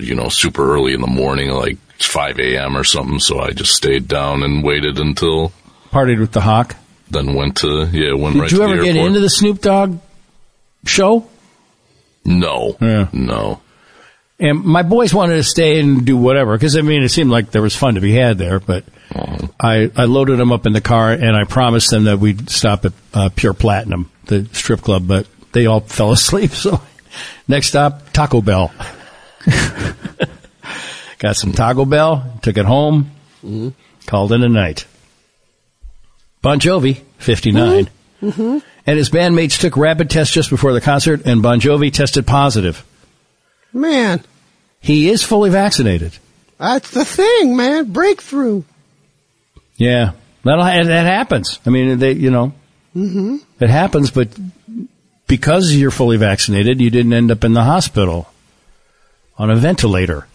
S3: you know super early in the morning, like five a.m. or something. So I just stayed down and waited until
S1: Partied with the Hawk.
S3: then went to yeah went
S1: Did
S3: right.
S1: you
S3: to
S1: ever
S3: the
S1: get
S3: airport.
S1: into the Snoop Dogg show?
S3: No,
S1: Yeah.
S3: no.
S1: And my boys wanted to stay and do whatever because I mean it seemed like there was fun to be had there. But
S3: Uh-huh.
S1: I I loaded them up in the car and I promised them that we'd stop at uh, Pure Platinum, the strip club. But they all fell asleep. So next stop Taco Bell. Got some Taco Bell, took it home, called in a night. Bon Jovi, fifty and his bandmates took rapid tests just before the concert, and Bon Jovi tested positive.
S9: Man,
S1: He is fully vaccinated.
S9: that's the thing, man. Breakthrough.
S1: Yeah, that that happens. I mean, they you know, it happens. But because you're fully vaccinated, you didn't end up in the hospital on a ventilator.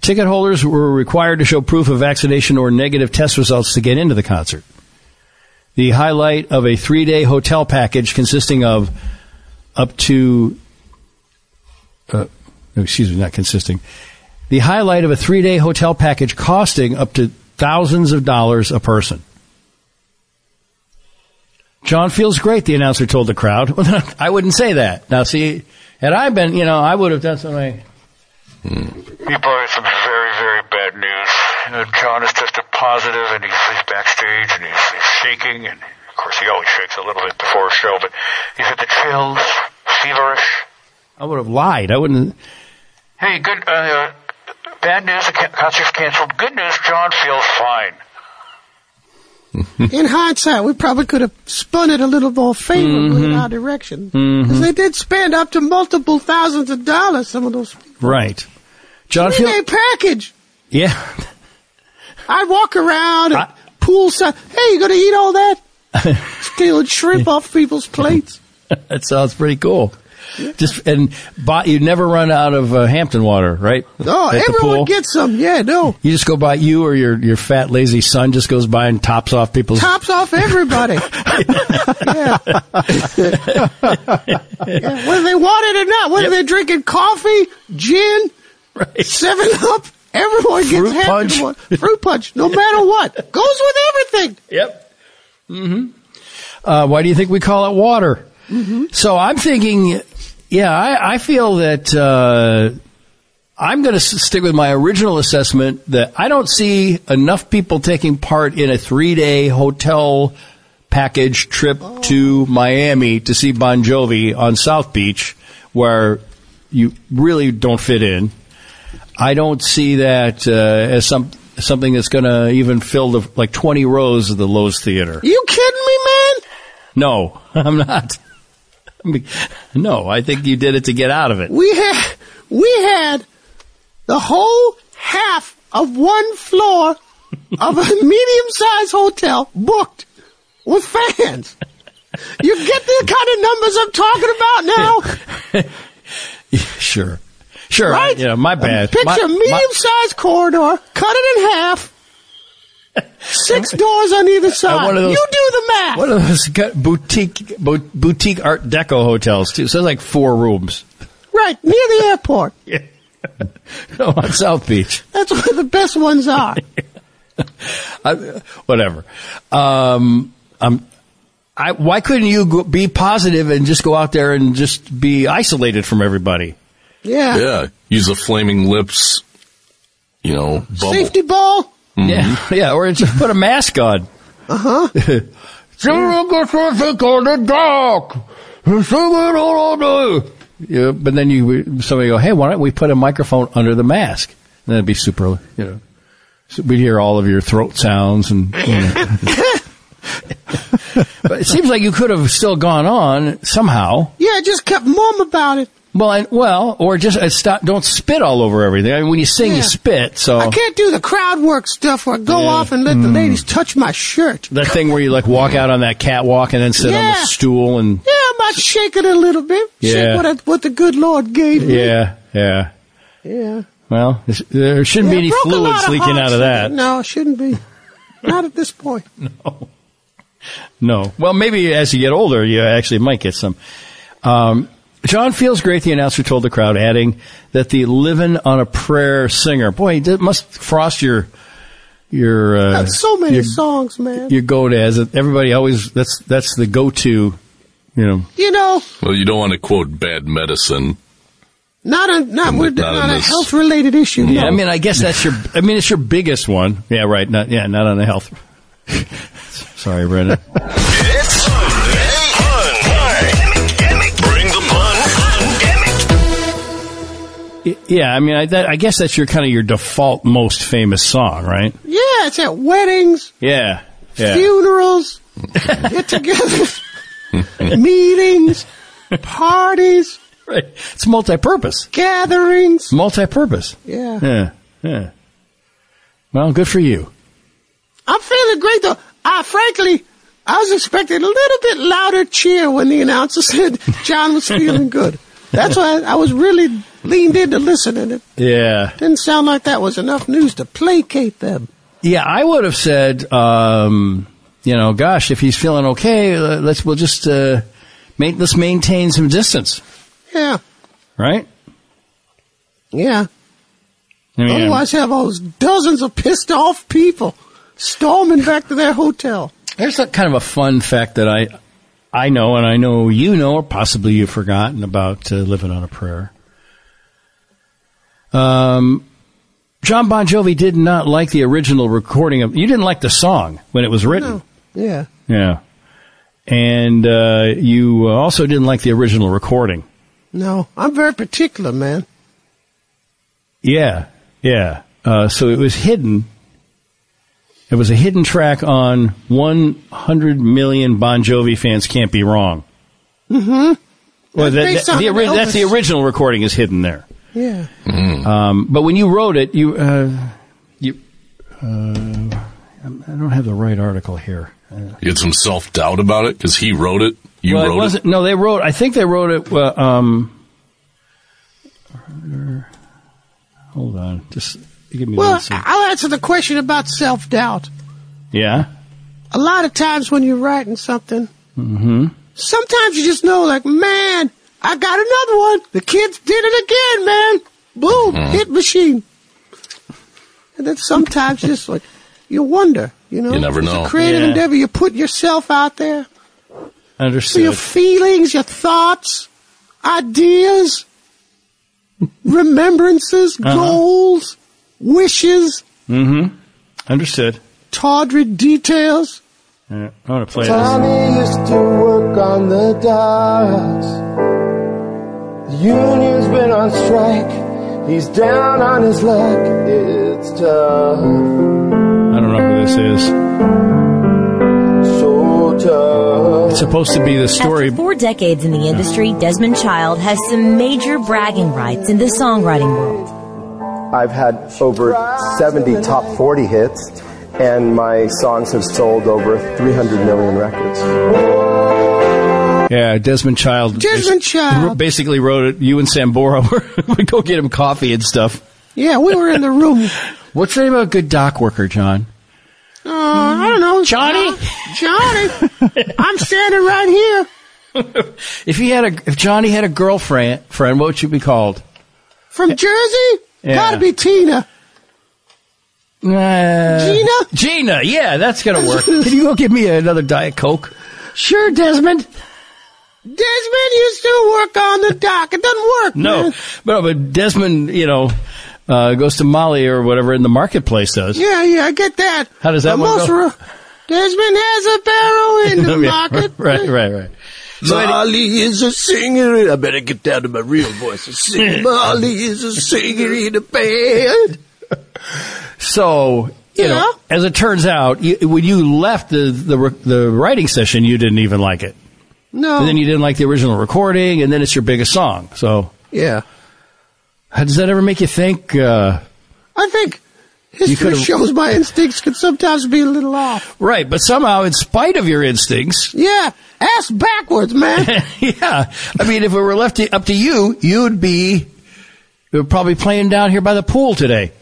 S1: Ticket holders were required to show proof of vaccination or negative test results to get into the concert. The highlight of a three day hotel package consisting of up to, uh, excuse me, not consisting, the highlight of a three day hotel package costing up to thousands of dollars a person. John feels great, the announcer told the crowd. I wouldn't say that. Now, see, had I been, you know, I would have done something.
S10: He brought us some very, very bad news. You know, John is tested positive, and he's, he's backstage, and he's, he's shaking, and of course he always shakes a little bit before a show, but he's had the chills, feverish.
S1: I would have lied. I wouldn't.
S10: Hey, good. Uh, bad news: the ca- concert's canceled. Good news: John feels fine.
S1: Hmm.
S9: In hindsight, we probably could have spun it a little more favorably
S1: Mm-hmm.
S9: in our direction. Because they did spend up to multiple thousands of dollars, some of those.
S1: Right. John
S9: Three day
S1: Field.
S9: package.
S1: Yeah.
S9: I would walk around and poolside. Hey, you gonna eat all that? Stealing shrimp off people's plates.
S1: that sounds pretty cool. Just and buy, you never run out of uh, Hampton water, right?
S9: Oh,
S1: At the
S9: everyone
S1: pool.
S9: gets some. Yeah, no.
S1: You just go by you or your your fat lazy son just goes by and tops off people's.
S9: Tops off everybody. yeah. yeah. Whether they want it or not, whether they're drinking coffee, gin, seven up, everyone gets
S1: Fruit
S9: happy
S1: punch.
S9: to want- Fruit punch, no matter what. Goes with everything.
S1: Yep. Mm-hmm. Uh, why do you think we call it water? So I'm thinking, yeah, I, I feel that uh, I'm going to s- stick with my original assessment that I don't see enough people taking part in a three day hotel package trip to Miami to see Bon Jovi on South Beach, where you really don't fit in. I don't see that uh, as some something that's going to even fill the like 20 rows of the Lowe's Theater.
S9: You kidding me, man?
S1: No, I'm not. I mean, No, I think you did it to get out of it.
S9: We had we had the whole half of one floor of a medium-sized hotel booked with fans. You get the kind of numbers I'm talking about now.
S1: Sure. Sure.
S9: Right?
S1: I, yeah, my bad.
S9: Picture
S1: My-
S9: a
S1: my-
S9: medium-sized corridor, cut it in half, six doors on either side.
S1: one of those-
S9: you do the math.
S1: one of those gu- boutique bo- boutique Art Deco hotels too. So it's like four rooms
S9: Right, near the airport.
S1: on South Beach.
S9: That's where the best ones are.
S1: I, whatever. Um, um, I, why couldn't you go, be positive and just go out there and just be isolated from everybody?
S9: Yeah.
S3: Yeah, use the flaming lips. You know, bubble.
S9: Safety ball.
S1: Yeah, yeah, or just put a mask on.
S9: Uh-huh.
S1: Yeah, but then you somebody go, hey, why don't we put a microphone under the mask? And that'd be super. You know, so we'd hear all of your throat sounds and. You know. but it seems like you could have still gone on somehow.
S9: Yeah, I just kept mum about it.
S1: Well, and, well, or just uh, stop. Don't spit all over everything. I mean, when you sing, you
S9: Yeah.
S1: spit. So
S9: I can't do the crowd work stuff where I go off and let
S1: Mm.
S9: the ladies touch my shirt.
S1: that thing where you like walk out on that catwalk and then sit on
S9: Yeah.
S1: the stool and
S9: Yeah, I might shake it a little bit.
S1: Yeah.
S9: Shake what, I, what the good Lord gave me.
S1: yeah, yeah.
S9: Yeah.
S1: Well, it's- there shouldn't be
S9: Yeah,
S1: any
S9: broke a lot
S1: fluids
S9: of
S1: leaking out
S9: hearts.
S1: of that. No.
S9: No, it shouldn't be. Not at this point.
S1: Well, maybe as you get older, you actually might get some. Um, John feels great, the announcer told the crowd, adding that the living on a prayer singer. Boy, it must frost your your uh,
S9: Got so many
S1: your,
S9: songs, man.
S1: your go to as it- everybody always that's that's the go to, you know.
S9: you know,
S3: Well, you don't want to quote bad medicine.
S9: not a not,
S3: Not
S9: we're,
S3: in
S9: not, a
S3: this.
S9: health related issue.
S1: Yeah,
S9: no.
S1: I mean, I guess that's your. I mean, it's your biggest one. Yeah, right. Not yeah, not on the health. Sorry, Brendan.
S8: It's pun. Bring the pun.
S1: Y- Yeah, I mean, I, that, I guess that's your kind of your default most famous song, right?
S9: yeah, it's at weddings,
S1: Yeah, yeah.
S9: funerals, get-togethers, meetings, parties,
S1: Right. It's multi-purpose.
S9: gatherings.
S1: It's multi-purpose.
S9: Yeah.
S1: Yeah, yeah. Well, good for you.
S9: I'm feeling great though. I frankly, I was expecting a little bit louder cheer when the announcer said John was feeling good. That's why I was really leaned in to listen, and it
S1: Yeah,
S9: didn't sound like that was enough news to placate them.
S1: yeah. I would have said, um, you know, gosh, if he's feeling okay, uh, let's we'll just uh, ma- let's maintain some distance,
S9: Yeah,
S1: right?
S9: yeah.
S1: I mean,
S9: Otherwise, have all those dozens of pissed off people storming back to their hotel.
S1: There's a kind of a fun fact that I I know, and I know you know, or possibly you've forgotten about uh, living on a prayer. Um, John Bon Jovi did not like the original recording of. You didn't like the song when it was written.
S9: Yeah.
S1: Yeah, and uh, you also didn't like the original recording.
S9: No, I'm very particular, man.
S1: Yeah, yeah. Uh, so it was hidden. It was a hidden track on 100 million Bon Jovi fans can't be wrong.
S9: Mm-hmm.
S1: Well, that,
S9: Based
S1: that-
S9: on
S1: the, ori-
S9: Elvis.
S1: that's the original recording is hidden there.
S9: Yeah.
S1: Um, but when you wrote it, you uh, you uh, I don't have the right article here.
S3: You had some self doubt about it because he wrote it. You
S1: well, it
S3: wrote it.
S1: wasn't. No, they wrote. I think they wrote it. Well, um, hold on, just give me
S9: Well,
S1: one second.
S9: I'll answer the question about self doubt.
S1: Yeah.
S9: A lot of times when you're writing something,
S1: Mm-hmm.
S9: sometimes you just know, like, man, I got another one. The kids did it again, man. Boom,
S3: Mm-hmm.
S9: hit machine. And then sometimes just like, you wonder, you know?
S3: You never
S9: It's
S3: know.
S9: a creative
S1: Yeah.
S9: endeavor. You put yourself out there. So
S1: Understood.
S9: your feelings, your thoughts, ideas, remembrances,
S3: Uh-huh.
S9: goals, wishes,
S1: mm-hmm. Understood.
S9: tawdry details.
S1: Yeah, I want to play this.
S8: Tommy used to work on the docks. The union's been on strike. He's down on his luck. It's tough,
S1: I don't know who this is.
S8: so tough.
S1: It's supposed to be the story.
S11: After four decades in the industry, Desmond Child has some major bragging rights in the songwriting world.
S12: I've had over 70 top 40 hits, and my songs have sold over 300 million records.
S1: Yeah, Desmond Child.
S9: Desmond Child.
S1: Basically wrote it. You and Sambora were- would go get him coffee and stuff.
S9: Yeah, we were in the room.
S1: What's the name of a good dock worker, John?
S9: Uh, I don't know. Uh,
S1: Johnny?
S9: Johnny. I'm standing right here.
S1: If he had a, if Johnny had a girlfriend, friend, what would she be called?
S9: From Jersey?
S1: Yeah.
S9: Gotta be Tina.
S1: Uh,
S9: Gina?
S1: Gina, yeah, that's gonna work. Can you go give me another diet coke?
S9: Sure, Desmond. Desmond used to work on the dock. It doesn't work.
S1: No,
S9: man.
S1: but but Desmond, you know, uh, goes to Molly or whatever in the marketplace does.
S9: Yeah, yeah, I get that.
S1: How does that
S9: But
S1: one
S9: most
S1: go?
S9: ro- Desmond has a barrel in the
S1: Yeah,
S9: market. uh,
S1: right, right, right.
S8: Molly is a singer. I better get down to my real voice and sing. Molly is a singer in a band.
S1: So you
S9: Yeah.
S1: know, as it turns out, you, when you left the, the re- the writing session, you didn't even like it,
S9: No.
S1: and then you didn't like the original recording, and then it's your biggest song. So
S4: Yeah.
S1: how does that ever make you think? Uh,
S9: I think
S1: You
S9: history
S1: could've-
S9: shows my instincts can sometimes be a little off.
S1: right, but somehow, in spite of your instincts,
S9: Yeah, ass backwards, man.
S1: yeah. I mean, if it were left to, up to you, you'd be you're probably playing down here by the pool today.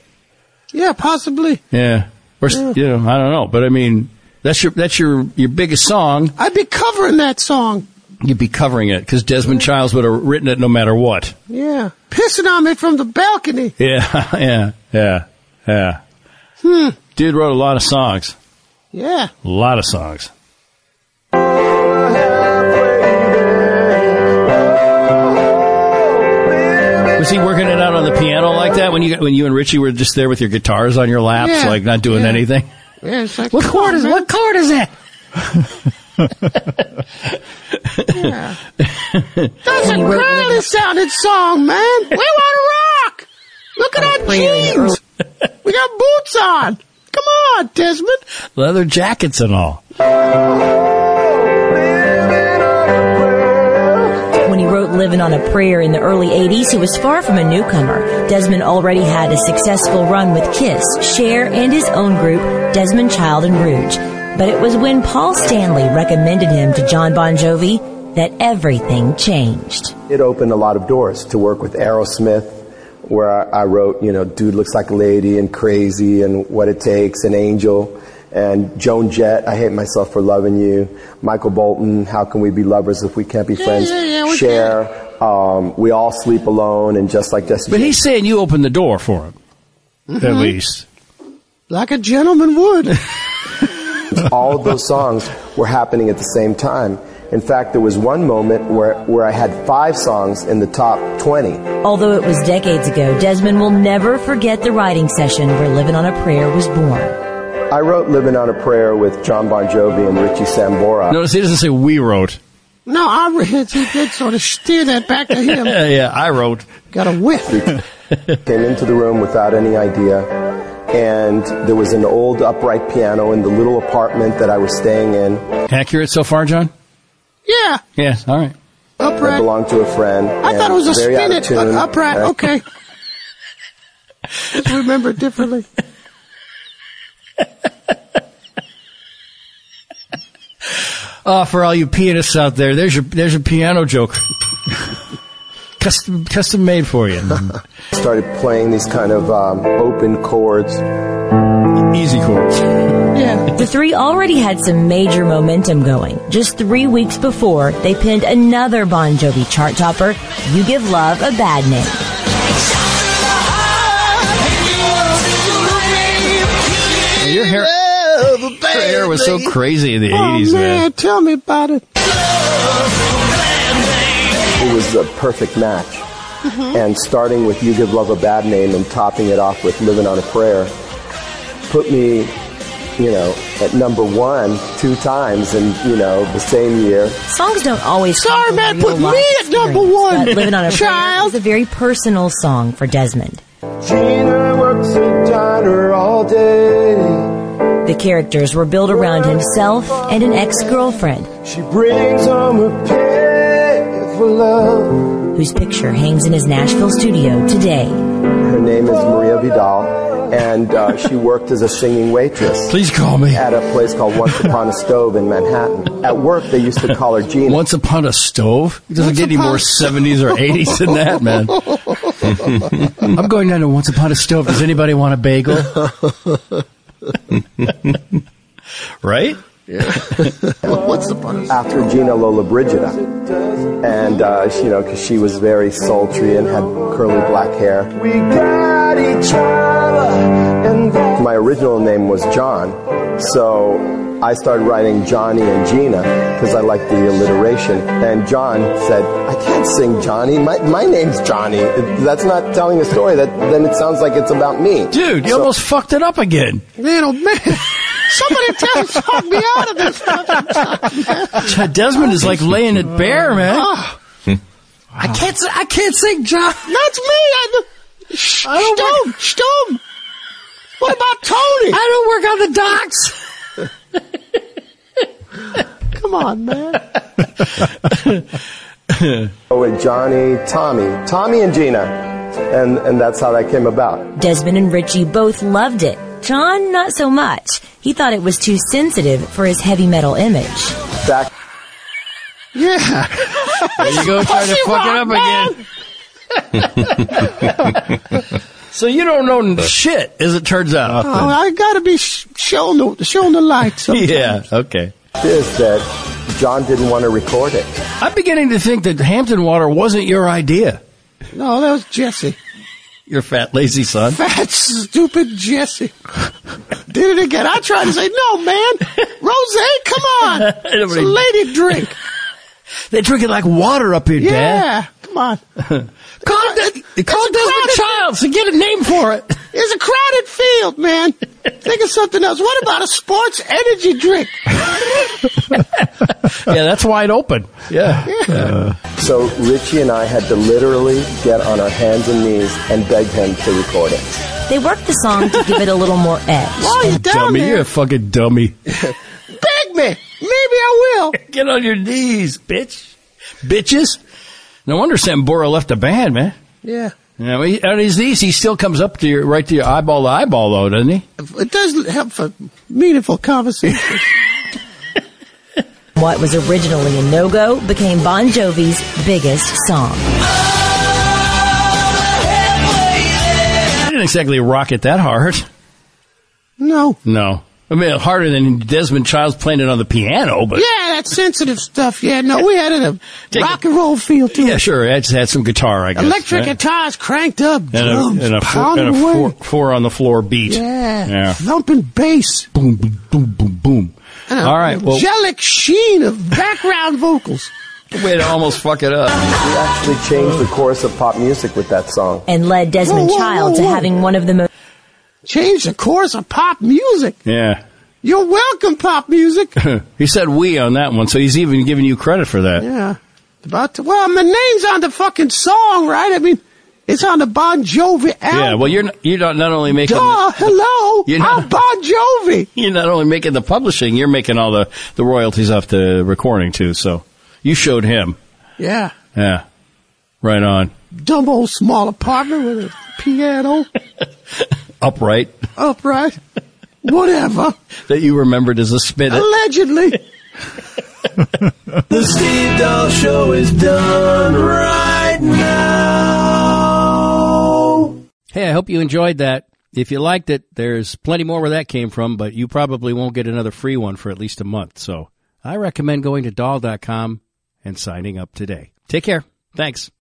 S9: yeah, possibly.
S1: Yeah, or s you know, I don't know, but I mean, that's your that's your your biggest song.
S9: I'd be covering that song.
S1: You'd be covering it because Desmond Childs would have written it no matter what.
S9: Yeah, pissing on me from the balcony.
S1: Yeah, yeah, yeah, yeah. Dude wrote a lot of songs.
S9: Yeah,
S1: A lot of songs. Was he working it out on the piano like that when you when you and Richie were just there with your guitars on your laps,
S9: Yeah,
S1: like not doing
S9: yeah.
S1: anything?
S9: yeah. It's like
S1: What
S9: come
S1: chord
S9: on,
S1: is
S9: man.
S1: what chord is that?
S9: Yeah. That's a girly sounding song, man. We want to rock. Look at our jeans. We got boots on. Come on, Desmond.
S1: Leather jackets and all.
S11: When he wrote Livin' on a Prayer in the early 80s, he was far from a newcomer. Desmond already had a successful run with Kiss, Cher, and his own group, Desmond Child and Rouge. But it was when Paul Stanley recommended him to John Bon Jovi that everything changed.
S12: It opened a lot of doors to work with Aerosmith, where I, I wrote, you know, Dude Looks Like a Lady and Crazy and What It Takes and Angel and Joan Jett, I Hate Myself for Loving You, Michael Bolton, How Can We Be Lovers If We Can't Be Friends,
S9: yeah, yeah, we
S12: Cher, um, We All Sleep Alone and Just Like Destiny.
S1: But he's saying you opened the door for him, at least.
S9: Like a gentleman would.
S12: all of those songs were happening at the same time. In fact, there was one moment where, where I had five songs in the top 20.
S11: Although it was decades ago, Desmond will never forget the writing session where Livin' on a Prayer was born.
S12: I wrote Living on a Prayer with John Bon Jovi and Richie Sambora.
S1: Notice he doesn't say we wrote.
S9: No, I read he did sort of steer that back to him.
S1: Yeah, yeah, I wrote.
S9: Got a whiff.
S12: Came into the room without any idea, and there was an old upright piano in the little apartment that I was staying in
S1: Accurate so far, John?
S9: Yeah,
S1: Yeah, all right.
S12: that
S9: upright.
S12: belonged to a friend.
S9: I
S12: and
S9: thought it was a
S12: very out of
S9: spinet,
S12: tune.
S9: but upright.
S12: Uh,
S9: Okay. Just remember it differently.
S1: Oh, for all you pianists out there, there's your there's your piano joke. custom custom made for you.
S12: Started playing these kind of um, open chords.
S1: Easy chords.
S11: The three already had some major momentum going. Just three weeks before, they pinned another Bon Jovi chart topper, You Give Love a Bad Name.
S1: And your hair,
S9: Love,
S1: your hair was so
S9: baby.
S1: crazy in the
S9: Oh,
S1: 80s, man.
S9: man, tell me about it.
S12: It was the perfect match.
S9: Mm-hmm.
S12: And starting with You Give Love a Bad Name and topping it off with Living on a Prayer put me, you know, at number one two times in, you know, the same year.
S11: Songs don't always.
S9: Sorry, man,
S11: real
S9: put
S11: life
S9: me at number
S11: experience,
S9: one,
S11: but Living on a Prayer
S9: child.
S11: is a very personal song for Desmond.
S8: Gina works a diner all day.
S11: The characters were built around himself and an ex-girlfriend
S8: She brings home a pay for love.
S11: whose picture hangs in his Nashville studio today.
S12: Her name is Maria Vidal, and uh, she worked as a singing waitress.
S1: Please call me.
S12: At a place called Once Upon a Stove in Manhattan. At work, they used to call her Gina.
S1: Once upon a stove? It doesn't
S12: Once
S1: get any
S12: upon
S1: more
S12: a
S1: 70s or 80s than that, man. I'm going down to Once Upon a Stove. Does anybody want a bagel? right?
S9: What's the pun?
S12: after Gina Lola Brigida. And, uh, she, you know, 'cause she was very sultry and had curly black hair.
S8: We got each other, and that
S12: My original name was John, so I started writing Johnny and Gina because I liked the alliteration. And John said, I can't sing Johnny. My, my name's Johnny. That's not telling a story. That Then it sounds like it's about me.
S1: Dude, you almost fucked it up again.
S9: Man, oh man. Somebody tell talk me out of this fucking time, man.
S1: Desmond is like laying it bare, man.
S9: Ah,
S1: I can't s- I can't sing John.
S9: that's me. I'm the, Stum, Stum. What about Tony?
S1: I don't work on the docks.
S9: Come on, man.
S12: So with Johnny, Tommy, Tommy and Gina. And, and that's how that came about.
S11: Desmond and Richie both loved it. John, not so much. He thought it was too sensitive for his heavy metal image.
S12: Back
S9: Yeah.
S1: There you go, trying to
S9: Pussy
S1: fuck it
S9: rock,
S1: up
S9: man.
S1: again. so you don't know shit, as it turns out.
S9: Oh, I gotta be sh- shown the shown the Oh, light. Sometimes.
S1: yeah, okay.
S12: is that John didn't want to record it.
S1: I'm beginning to think that Hampton Water wasn't your idea,
S9: No, that was Jesse.
S1: your fat lazy son.
S9: Fat stupid Jesse. Did it again. I tried to say, no, man. Rose, come on. It's a lady drink.
S1: They drink it like water up here, Dad.
S9: Yeah. Come on.
S1: Call it,
S9: It's
S1: call it
S9: a
S1: Desmond
S9: crowded-
S1: Childs and get a name for it.
S9: It's a crowded field, man. Think of something else. What about a sports energy drink?
S1: yeah, that's wide open. Yeah.
S12: So Richie and I had to literally get on our hands and knees and beg him to record it.
S11: They worked the song to give it a little more edge.
S9: While Oh, you're down
S1: dummy, you're
S9: there,
S1: a fucking dummy.
S9: beg me. Maybe I will.
S1: Get on your knees, bitch. Bitches. No wonder Sambora left the band, man.
S9: Yeah.
S1: Yeah, well, he- on his knees, he still comes up to your right to your eyeball to eyeball, though, doesn't he?
S9: It does help for meaningful conversation.
S11: What was originally a no-go became Bon Jovi's biggest song.
S1: I didn't exactly rock it that hard.
S9: No.
S1: No, I mean harder than Desmond Childs playing it on the piano, but
S9: Yeah, that sensitive stuff. Yeah, no, we had it a
S1: Take
S9: rock and roll feel to
S1: yeah,
S9: it.
S1: sure. I just had some guitar, I guess.
S9: Electric
S1: right?
S9: guitars cranked up,
S1: and a,
S9: drums
S1: and a, four,
S9: pounding
S1: and a
S9: away.
S1: four, four on the floor beat.
S9: Yeah.
S1: yeah.
S9: thumping bass.
S1: Boom, boom, boom, boom, boom.
S9: and a
S1: All right, well,
S9: angelic sheen of background vocals.
S1: way to almost fuck it up.
S12: We actually changed the course of pop music with that song.
S11: and led Desmond
S9: Whoa, whoa,
S11: Child
S9: whoa,
S11: to
S9: whoa.
S11: having one of the most
S9: Change the course of pop music.
S1: Yeah.
S9: You're welcome, pop music.
S1: he said we on that one, so he's even giving you credit for that.
S9: yeah, about to, well, my name's on the fucking song, right? I mean, it's on the Bon Jovi album.
S1: Yeah, well, you're not, you're not, not only making
S9: Duh, hello,
S1: You're not-
S9: I'm Bon Jovi.
S1: you're not only making the publishing, you're making all the the royalties off the recording too. So you showed him.
S9: Yeah,
S1: Yeah, right on.
S9: dumb old small apartment with a piano.
S1: Upright.
S9: Upright. Whatever.
S1: that you remembered as a spit.
S9: Allegedly.
S7: the Steve Dahl Show is done right now.
S1: Hey, I hope you enjoyed that. If you liked it, there's plenty more where that came from, but you probably won't get another free one for at least a month. So I recommend going to doll.com and signing up today. Take care. Thanks.